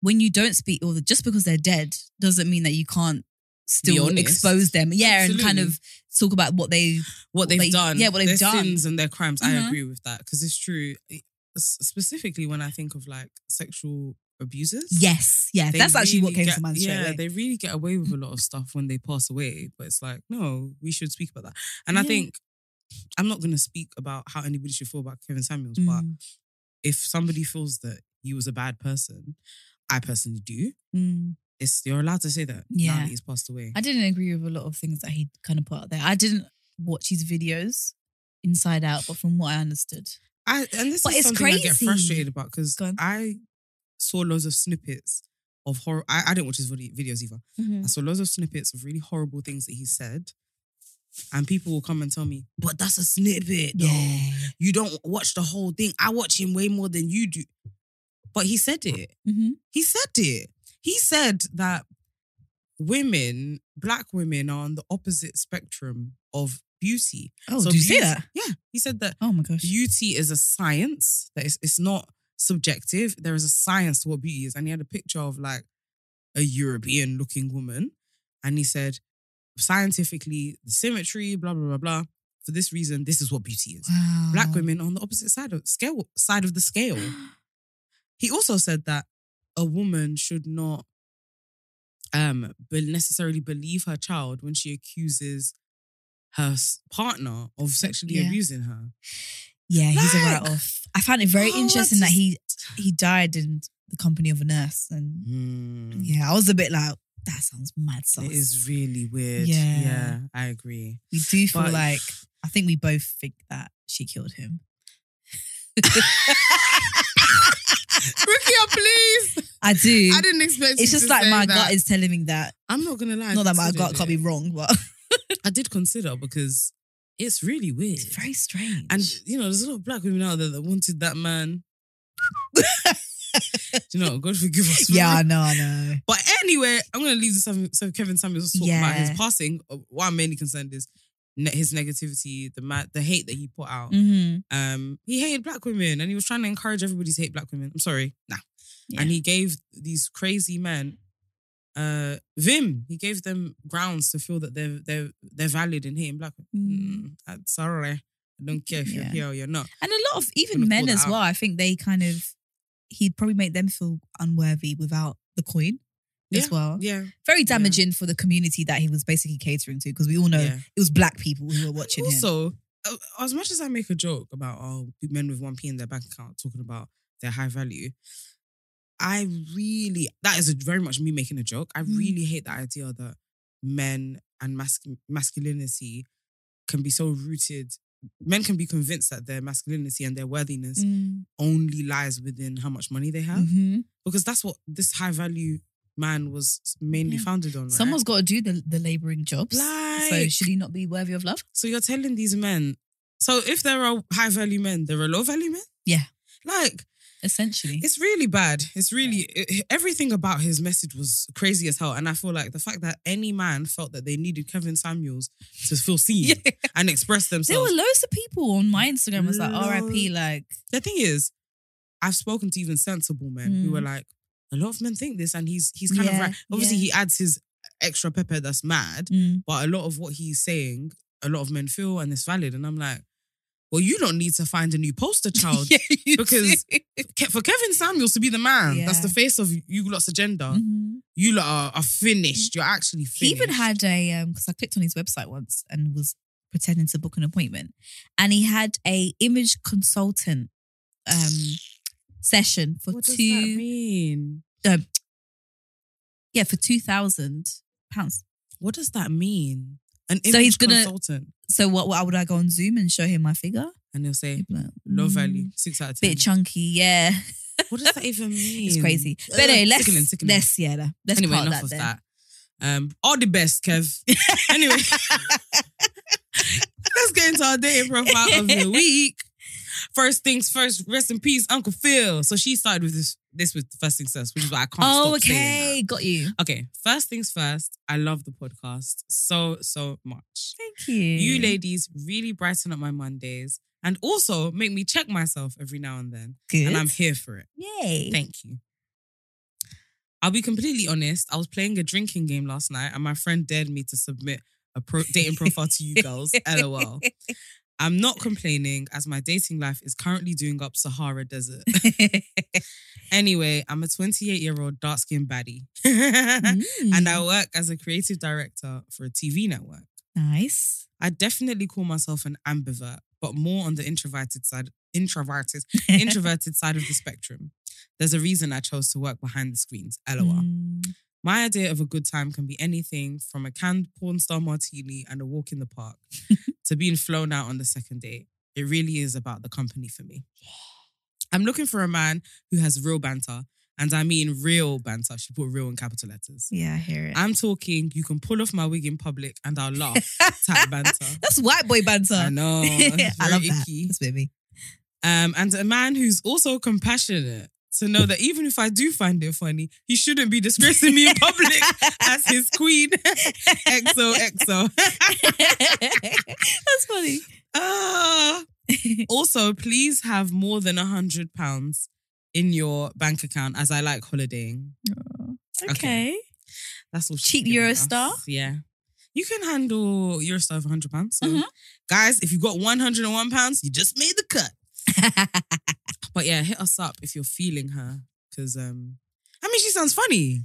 [SPEAKER 2] when you don't speak ill, just because they're dead doesn't mean that you can't still
[SPEAKER 3] honest.
[SPEAKER 2] expose them. Yeah, and kind
[SPEAKER 3] Absolutely.
[SPEAKER 2] of talk about what they
[SPEAKER 3] what they've
[SPEAKER 2] they-
[SPEAKER 3] done,
[SPEAKER 2] yeah, what they've
[SPEAKER 3] their
[SPEAKER 2] done.
[SPEAKER 3] sins and their crimes. I
[SPEAKER 2] Mhm.
[SPEAKER 3] agree with that because it's true. S- Specifically, when I think of like sexual abusers,
[SPEAKER 2] Yes, yeah,
[SPEAKER 3] they
[SPEAKER 2] that's actually what
[SPEAKER 3] really
[SPEAKER 2] came
[SPEAKER 3] get-
[SPEAKER 2] to mind straight
[SPEAKER 3] Yeah,
[SPEAKER 2] away.
[SPEAKER 3] they really get away with a lot of stuff when they pass away. But it's like, no, we should speak about that. And I
[SPEAKER 2] Yeah.
[SPEAKER 3] think I'm not going to speak about how anybody should feel about Kevin Samuels, but
[SPEAKER 2] Mm,
[SPEAKER 3] if somebody feels that he was a bad person, I personally do.
[SPEAKER 2] mm.
[SPEAKER 3] It's you're allowed to say that now
[SPEAKER 2] Yeah.
[SPEAKER 3] that he's passed away.
[SPEAKER 2] I didn't agree with a lot of things that he kind of put out there. I didn't watch his videos inside out, but from what I understood,
[SPEAKER 3] I and this
[SPEAKER 2] But
[SPEAKER 3] is
[SPEAKER 2] it's
[SPEAKER 3] something I get
[SPEAKER 2] crazy.
[SPEAKER 3] frustrated about because
[SPEAKER 2] Go on.
[SPEAKER 3] I saw loads of snippets of horror. I, I didn't watch his vid- videos either. I saw loads of snippets of really horrible things that he said, and people will come and tell me, "But that's a snippet, though.
[SPEAKER 2] yeah,
[SPEAKER 3] You don't watch the whole thing. I watch him way more than you do." But he said it.
[SPEAKER 2] Mhm.
[SPEAKER 3] He said it. He said that women, black women, are on the opposite spectrum of beauty.
[SPEAKER 2] oh,
[SPEAKER 3] So
[SPEAKER 2] did you see
[SPEAKER 3] beauty-
[SPEAKER 2] that?
[SPEAKER 3] Yeah, he said that
[SPEAKER 2] Oh my gosh,
[SPEAKER 3] beauty is a science that is it's not subjective there is a science to what beauty is and he had a picture of like a european looking woman and he said scientifically the symmetry blah blah blah blah for this reason this is what beauty is
[SPEAKER 2] wow,
[SPEAKER 3] black women on the opposite side of scale side of the scale he also said that a woman should not um be- necessarily believe her child when she accuses her s- partner of sexually
[SPEAKER 2] Yeah.
[SPEAKER 3] abusing her
[SPEAKER 2] Yeah, he's a
[SPEAKER 3] Like-
[SPEAKER 2] write off. I found it very
[SPEAKER 3] Oh, I
[SPEAKER 2] interesting that
[SPEAKER 3] just-
[SPEAKER 2] he he died in the company of a nurse, and
[SPEAKER 3] Mm.
[SPEAKER 2] yeah, I was a bit like, that sounds mad. Sauce.
[SPEAKER 3] It is really weird.
[SPEAKER 2] Yeah.
[SPEAKER 3] Yeah, I agree.
[SPEAKER 2] We do feel
[SPEAKER 3] But-
[SPEAKER 2] like I think we both think that she killed him.
[SPEAKER 3] Rukia, please.
[SPEAKER 2] I do.
[SPEAKER 3] I didn't expect you
[SPEAKER 2] it's just
[SPEAKER 3] to
[SPEAKER 2] like
[SPEAKER 3] say
[SPEAKER 2] my
[SPEAKER 3] that.
[SPEAKER 2] gut is telling me that.
[SPEAKER 3] I'm not gonna lie. I
[SPEAKER 2] Not that my
[SPEAKER 3] considered
[SPEAKER 2] gut can't be
[SPEAKER 3] it.
[SPEAKER 2] wrong, but
[SPEAKER 3] I did consider because it's really weird.
[SPEAKER 2] it's very strange.
[SPEAKER 3] and you know, there's a lot of black women out there that wanted that man. Do you know, God forgive us. for
[SPEAKER 2] yeah,
[SPEAKER 3] that.
[SPEAKER 2] I know, I know.
[SPEAKER 3] But anyway, I'm gonna leave the Sam, so Kevin Samuels talk about
[SPEAKER 2] Yeah.
[SPEAKER 3] his passing. Uh, What I'm mainly concerned is ne- his negativity, the ma- the hate that he put out.
[SPEAKER 2] Mm-hmm.
[SPEAKER 3] um, he hated black women and he was trying to encourage everybody to hate black women. I'm sorry, nah.
[SPEAKER 2] Yeah.
[SPEAKER 3] And he gave these crazy men uh vim. He gave them grounds to feel that they're they're they're valid in hating black women. Mm. I'm sorry. I don't care if
[SPEAKER 2] Yeah.
[SPEAKER 3] you're here or you're not.
[SPEAKER 2] And a lot of
[SPEAKER 3] Gonna
[SPEAKER 2] even
[SPEAKER 3] call
[SPEAKER 2] men
[SPEAKER 3] that
[SPEAKER 2] as well. I think they kind of he'd probably make them feel unworthy without the coin as well.
[SPEAKER 3] Yeah.
[SPEAKER 2] Very damaging for the community that he was basically catering to because we all know
[SPEAKER 3] yeah.
[SPEAKER 2] it was black people who were watching him.
[SPEAKER 3] Also, uh, as much as I make a joke about oh men with one p in their bank account talking about their high value, I really that is a, very much me making a joke. I
[SPEAKER 2] Mm.
[SPEAKER 3] really hate the idea that men and mas- masculinity can be so rooted. Men can be convinced that their masculinity and their worthiness only lies within how much money they have,
[SPEAKER 2] Mm. Mm-hmm.
[SPEAKER 3] because that's what this high value man was mainly
[SPEAKER 2] Yeah.
[SPEAKER 3] founded on. Right?
[SPEAKER 2] Someone's got to do the, the laboring jobs. so
[SPEAKER 3] Like-
[SPEAKER 2] should he not be worthy of love?
[SPEAKER 3] So you're telling these men, so if there are high value men, there are low value men?
[SPEAKER 2] Yeah.
[SPEAKER 3] Like,
[SPEAKER 2] Essentially.
[SPEAKER 3] it's really bad. It's really, i- everything about his message was crazy as hell. And I feel like the fact that any man felt that they needed Kevin Samuels to feel seen and express
[SPEAKER 2] There were
[SPEAKER 3] themselves.
[SPEAKER 2] loads of people on my Instagram was like RIP,
[SPEAKER 3] Loads.
[SPEAKER 2] like
[SPEAKER 3] the thing is, I've spoken to even sensible men who were like, a lot of men think this, and he's he's kind
[SPEAKER 2] Mm. Yeah,
[SPEAKER 3] of right. Obviously,
[SPEAKER 2] yeah.
[SPEAKER 3] he adds his extra pepper that's mad,
[SPEAKER 2] mm.
[SPEAKER 3] but a lot of what he's saying, a lot of men feel, and it's valid. And I'm like, well, you don't need to find a new poster child
[SPEAKER 2] Yeah, you
[SPEAKER 3] because
[SPEAKER 2] do.
[SPEAKER 3] Ke- for Kevin Samuels to be the man that's
[SPEAKER 2] Yeah.
[SPEAKER 3] the face of you lot's agenda,
[SPEAKER 2] Mhm.
[SPEAKER 3] you lot are, are finished. You're actually finished.
[SPEAKER 2] He even had a um because I clicked on his website once and was pretending to book an appointment, and he had a image consultant um session for
[SPEAKER 3] what does that
[SPEAKER 2] two
[SPEAKER 3] mean?
[SPEAKER 2] yeah for two thousand pounds.
[SPEAKER 3] What does that mean? An image
[SPEAKER 2] So he's gonna-
[SPEAKER 3] consultant,
[SPEAKER 2] So what? What would I go on Zoom and show him my figure?
[SPEAKER 3] and they'll say
[SPEAKER 2] He'd be like,
[SPEAKER 3] low value,
[SPEAKER 2] "Mm,
[SPEAKER 3] six out of ten.
[SPEAKER 2] bit chunky. Yeah,
[SPEAKER 3] What does that even mean?
[SPEAKER 2] it's crazy. But
[SPEAKER 3] Ugh,
[SPEAKER 2] anyway, let's
[SPEAKER 3] sickening, sickening.
[SPEAKER 2] let's yeah, that- let's
[SPEAKER 3] anyway,
[SPEAKER 2] part
[SPEAKER 3] enough
[SPEAKER 2] that
[SPEAKER 3] of
[SPEAKER 2] then.
[SPEAKER 3] that. Um, all the best, Kev. anyway, let's get into our dating profile of the week. First things first, rest in peace, Uncle Phil. So she started with this this with first things first, which is why I can't.
[SPEAKER 2] Oh,
[SPEAKER 3] stop saying
[SPEAKER 2] okay, got you.
[SPEAKER 3] that. Okay, first things first. I love the podcast so so much.
[SPEAKER 2] Thank you.
[SPEAKER 3] You ladies really brighten up my Mondays and also make me check myself every now and then.
[SPEAKER 2] good.
[SPEAKER 3] And I'm here for it.
[SPEAKER 2] Yay.
[SPEAKER 3] Thank you. I'll be completely honest. I was playing a drinking game last night, and my friend dared me to submit a pro- dating profile to you girls. LOL. I'm not complaining, as my dating life is currently doing up Sahara Desert. anyway, I'm a 28 year old dark skinned baddie,
[SPEAKER 2] Mm,
[SPEAKER 3] and I work as a creative director for a TV network.
[SPEAKER 2] Mm, nice.
[SPEAKER 3] I definitely call myself an ambivert, but more on the introverted side, introverted, introverted side of the spectrum. There's a reason I chose to work behind the screens, LOL.
[SPEAKER 2] Mm,
[SPEAKER 3] My idea of a good time can be anything from a canned porn star martini and a walk in the park to being flown out on the second date. It really is about the company for me. I'm looking for a man who has real banter, and I mean real banter. She put real in capital letters.
[SPEAKER 2] yeah, I hear it.
[SPEAKER 3] I'm talking, you can pull off my wig in public and I'll laugh. type banter.
[SPEAKER 2] That's white boy banter.
[SPEAKER 3] I know. it's
[SPEAKER 2] I
[SPEAKER 3] very
[SPEAKER 2] love that.
[SPEAKER 3] icky.
[SPEAKER 2] That's with me.
[SPEAKER 3] Um, and a man who's also compassionate to know that even if I do find it funny, he shouldn't be disgracing me in public as his queen. XOXO.
[SPEAKER 2] That's funny.
[SPEAKER 3] Ah. also, please have more than a hundred pounds in your bank account as I like holidaying.
[SPEAKER 2] Okay.
[SPEAKER 3] That's all. she's
[SPEAKER 2] Cheap
[SPEAKER 3] giving us.
[SPEAKER 2] Eurostar?
[SPEAKER 3] Yeah. You can handle Eurostar for hundred pounds. So
[SPEAKER 2] Mhm.
[SPEAKER 3] guys, if you got one hundred and one pounds, you just made the cut. But yeah, hit us up if you're feeling her. Cause um I mean she sounds funny.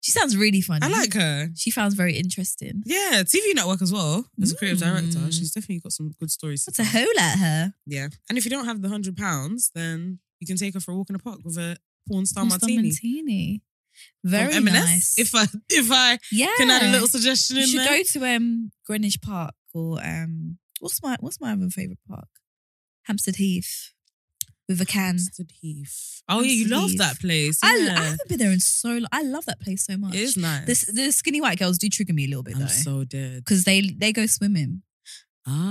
[SPEAKER 2] She sounds really funny.
[SPEAKER 3] I like her.
[SPEAKER 2] She sounds very interesting.
[SPEAKER 3] Yeah, TV network as well. As a creative director,
[SPEAKER 2] Mm.
[SPEAKER 3] she's definitely got some good stories. to
[SPEAKER 2] That's a
[SPEAKER 3] tell.
[SPEAKER 2] hole at her.
[SPEAKER 3] Yeah. And if you don't have the hundred pounds, then you can take her for a walk in the park with a porn star
[SPEAKER 2] Mr.
[SPEAKER 3] martini.
[SPEAKER 2] Martini.
[SPEAKER 3] from
[SPEAKER 2] Very
[SPEAKER 3] M&S,
[SPEAKER 2] nice.
[SPEAKER 3] If I if I
[SPEAKER 2] yeah,
[SPEAKER 3] can add a little suggestion
[SPEAKER 2] you
[SPEAKER 3] in
[SPEAKER 2] should
[SPEAKER 3] there.
[SPEAKER 2] go to um Greenwich Park or um what's my what's my other favorite park? Hampstead Heath with a can.
[SPEAKER 3] Hampstead Heath. Oh yeah, you
[SPEAKER 2] Hampstead
[SPEAKER 3] love
[SPEAKER 2] Heath.
[SPEAKER 3] that place.
[SPEAKER 2] I, I
[SPEAKER 3] Yeah.
[SPEAKER 2] haven't been there in so long. I love that place so much.
[SPEAKER 3] it is nice.
[SPEAKER 2] This the skinny white girls do trigger me a little bit
[SPEAKER 3] I'm
[SPEAKER 2] though,
[SPEAKER 3] so dead.
[SPEAKER 2] because they they go swimming.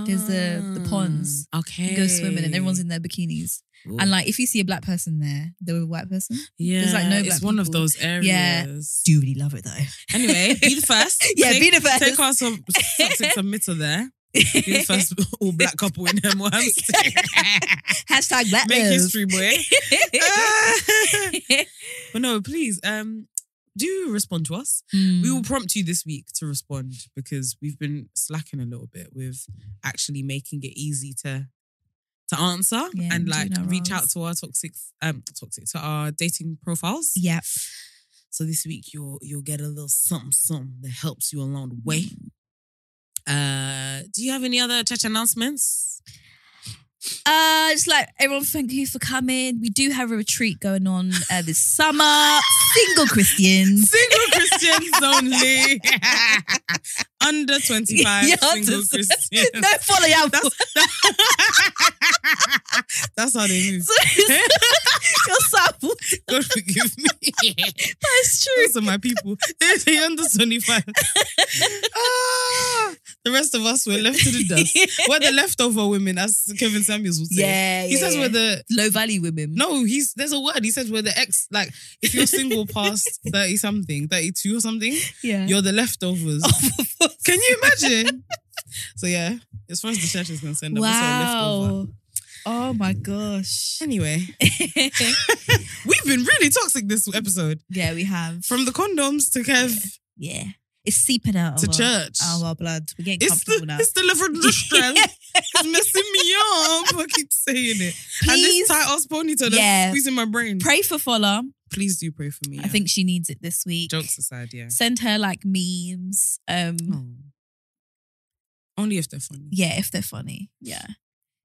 [SPEAKER 2] there's the- the ponds.
[SPEAKER 3] Ah, Okay.
[SPEAKER 2] You go swimming and everyone's in their bikinis.
[SPEAKER 3] Ooh.
[SPEAKER 2] And like if you see a black person there, they're with a white person.
[SPEAKER 3] yeah,
[SPEAKER 2] there's, like, no
[SPEAKER 3] it's
[SPEAKER 2] black
[SPEAKER 3] one of
[SPEAKER 2] people.
[SPEAKER 3] those areas.
[SPEAKER 2] Yeah. Do really love it though.
[SPEAKER 3] Anyway, be the first.
[SPEAKER 2] yeah,
[SPEAKER 3] take,
[SPEAKER 2] be the first.
[SPEAKER 3] Take our sub- toxic submitter there. Be the first all black couple in them worms.
[SPEAKER 2] Hashtag black
[SPEAKER 3] Make
[SPEAKER 2] love.
[SPEAKER 3] history, boy. but no, please, um, do respond to us.
[SPEAKER 2] Hmm.
[SPEAKER 3] We
[SPEAKER 2] Mm.
[SPEAKER 3] will prompt you this week to respond because we've been slacking a little bit with actually making it easy to to answer
[SPEAKER 2] Yeah,
[SPEAKER 3] and
[SPEAKER 2] doing
[SPEAKER 3] like
[SPEAKER 2] our
[SPEAKER 3] reach out
[SPEAKER 2] roles.
[SPEAKER 3] to our toxic um toxic to our dating profiles.
[SPEAKER 2] Yeah.
[SPEAKER 3] So this week you'll you'll get a little something something that helps you along the way.
[SPEAKER 2] Mm.
[SPEAKER 3] Uh, do you have any other church announcements?
[SPEAKER 2] Uh, just like everyone, thank you for coming. We do have a retreat going on uh, this summer. Single Christians.
[SPEAKER 3] Single Christians only. Under 25
[SPEAKER 2] Yeah,
[SPEAKER 3] single
[SPEAKER 2] just-
[SPEAKER 3] Christians.
[SPEAKER 2] no follow up.
[SPEAKER 3] That's how they move.
[SPEAKER 2] Your sample.
[SPEAKER 3] God forgive me.
[SPEAKER 2] That's true.
[SPEAKER 3] Those are my people. they under 25. Ah, the rest of us were left to the dust. We're the leftover women, as Kevin Samuels would say.
[SPEAKER 2] Yeah,
[SPEAKER 3] He
[SPEAKER 2] yeah,
[SPEAKER 3] says
[SPEAKER 2] yeah.
[SPEAKER 3] we're the
[SPEAKER 2] low value women.
[SPEAKER 3] No, he's there's a word. He says we're the ex. Like if you're single past thirty something, thirty two or something,
[SPEAKER 2] yeah.
[SPEAKER 3] you're the leftovers. Can you imagine? so yeah, as far as the church is concerned, I'm also a leftover.
[SPEAKER 2] wow. Oh my gosh.
[SPEAKER 3] Anyway, we've been really toxic this episode.
[SPEAKER 2] yeah, we have.
[SPEAKER 3] From the condoms to Kev
[SPEAKER 2] Yeah, it's seeping out
[SPEAKER 3] to
[SPEAKER 2] of our,
[SPEAKER 3] church.
[SPEAKER 2] out of our blood. We're getting
[SPEAKER 3] It's
[SPEAKER 2] comfortable
[SPEAKER 3] the
[SPEAKER 2] now.
[SPEAKER 3] it's the liver and the strength. It's messing me up. I keep saying it. And this
[SPEAKER 2] Please
[SPEAKER 3] tight ass ponytail
[SPEAKER 2] Yeah.
[SPEAKER 3] that's squeezing my brain.
[SPEAKER 2] pray for Fola.
[SPEAKER 3] Please do pray for me.
[SPEAKER 2] I
[SPEAKER 3] yeah.
[SPEAKER 2] think she needs it this week.
[SPEAKER 3] jokes aside, yeah.
[SPEAKER 2] Send her like memes. Um,
[SPEAKER 3] Oh. Only if they're funny.
[SPEAKER 2] yeah, if they're funny. Yeah.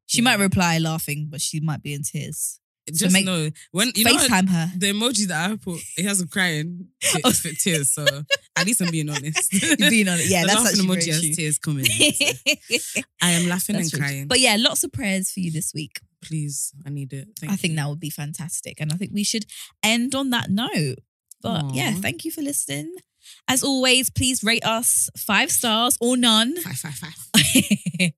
[SPEAKER 2] She
[SPEAKER 3] Yeah.
[SPEAKER 2] might reply laughing, but she might be in tears.
[SPEAKER 3] Just
[SPEAKER 2] make-
[SPEAKER 3] know when you know
[SPEAKER 2] FaceTime her.
[SPEAKER 3] the emoji that I put, it has a crying fit,
[SPEAKER 2] Oh.
[SPEAKER 3] fit tears. So At least I'm being honest.
[SPEAKER 1] Being on it. Yeah,
[SPEAKER 3] The
[SPEAKER 1] that's
[SPEAKER 3] laughing
[SPEAKER 1] actually very
[SPEAKER 3] emoji has
[SPEAKER 1] true.
[SPEAKER 3] tears coming. in. I am laughing
[SPEAKER 1] That's
[SPEAKER 3] and
[SPEAKER 1] rude.
[SPEAKER 3] crying.
[SPEAKER 2] But yeah, lots of prayers for you this week.
[SPEAKER 3] please, I need it. Thank
[SPEAKER 2] I think that would be fantastic. And I think we should end on that note. But yeah,
[SPEAKER 3] Aw.
[SPEAKER 2] thank you for listening. As always, please rate us five stars or none
[SPEAKER 3] you. five five five.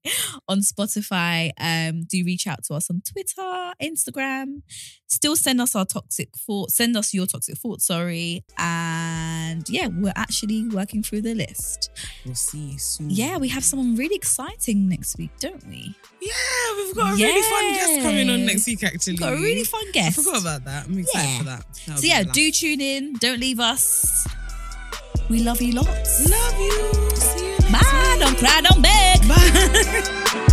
[SPEAKER 2] on Spotify. Um, do reach out to us on Twitter, Instagram. Still send us our toxic thoughts. Send us your toxic thoughts, sorry. And yeah, we're actually working through the list.
[SPEAKER 3] We'll see you soon.
[SPEAKER 2] Yeah, we have someone really exciting next week, don't we?
[SPEAKER 3] Yeah, we've got a really fun guest coming on next week. Actually,
[SPEAKER 2] We've got a really fun guest.
[SPEAKER 3] I forgot about that. I'm excited
[SPEAKER 2] Yeah.
[SPEAKER 3] for that. That'll
[SPEAKER 2] So
[SPEAKER 3] be
[SPEAKER 2] yeah,
[SPEAKER 3] a laugh.
[SPEAKER 2] do tune in. Don't leave us. We love you lots.
[SPEAKER 3] Love you. See you. next
[SPEAKER 2] Bye.
[SPEAKER 3] week.
[SPEAKER 2] Don't cry. Don't beg.
[SPEAKER 3] Bye.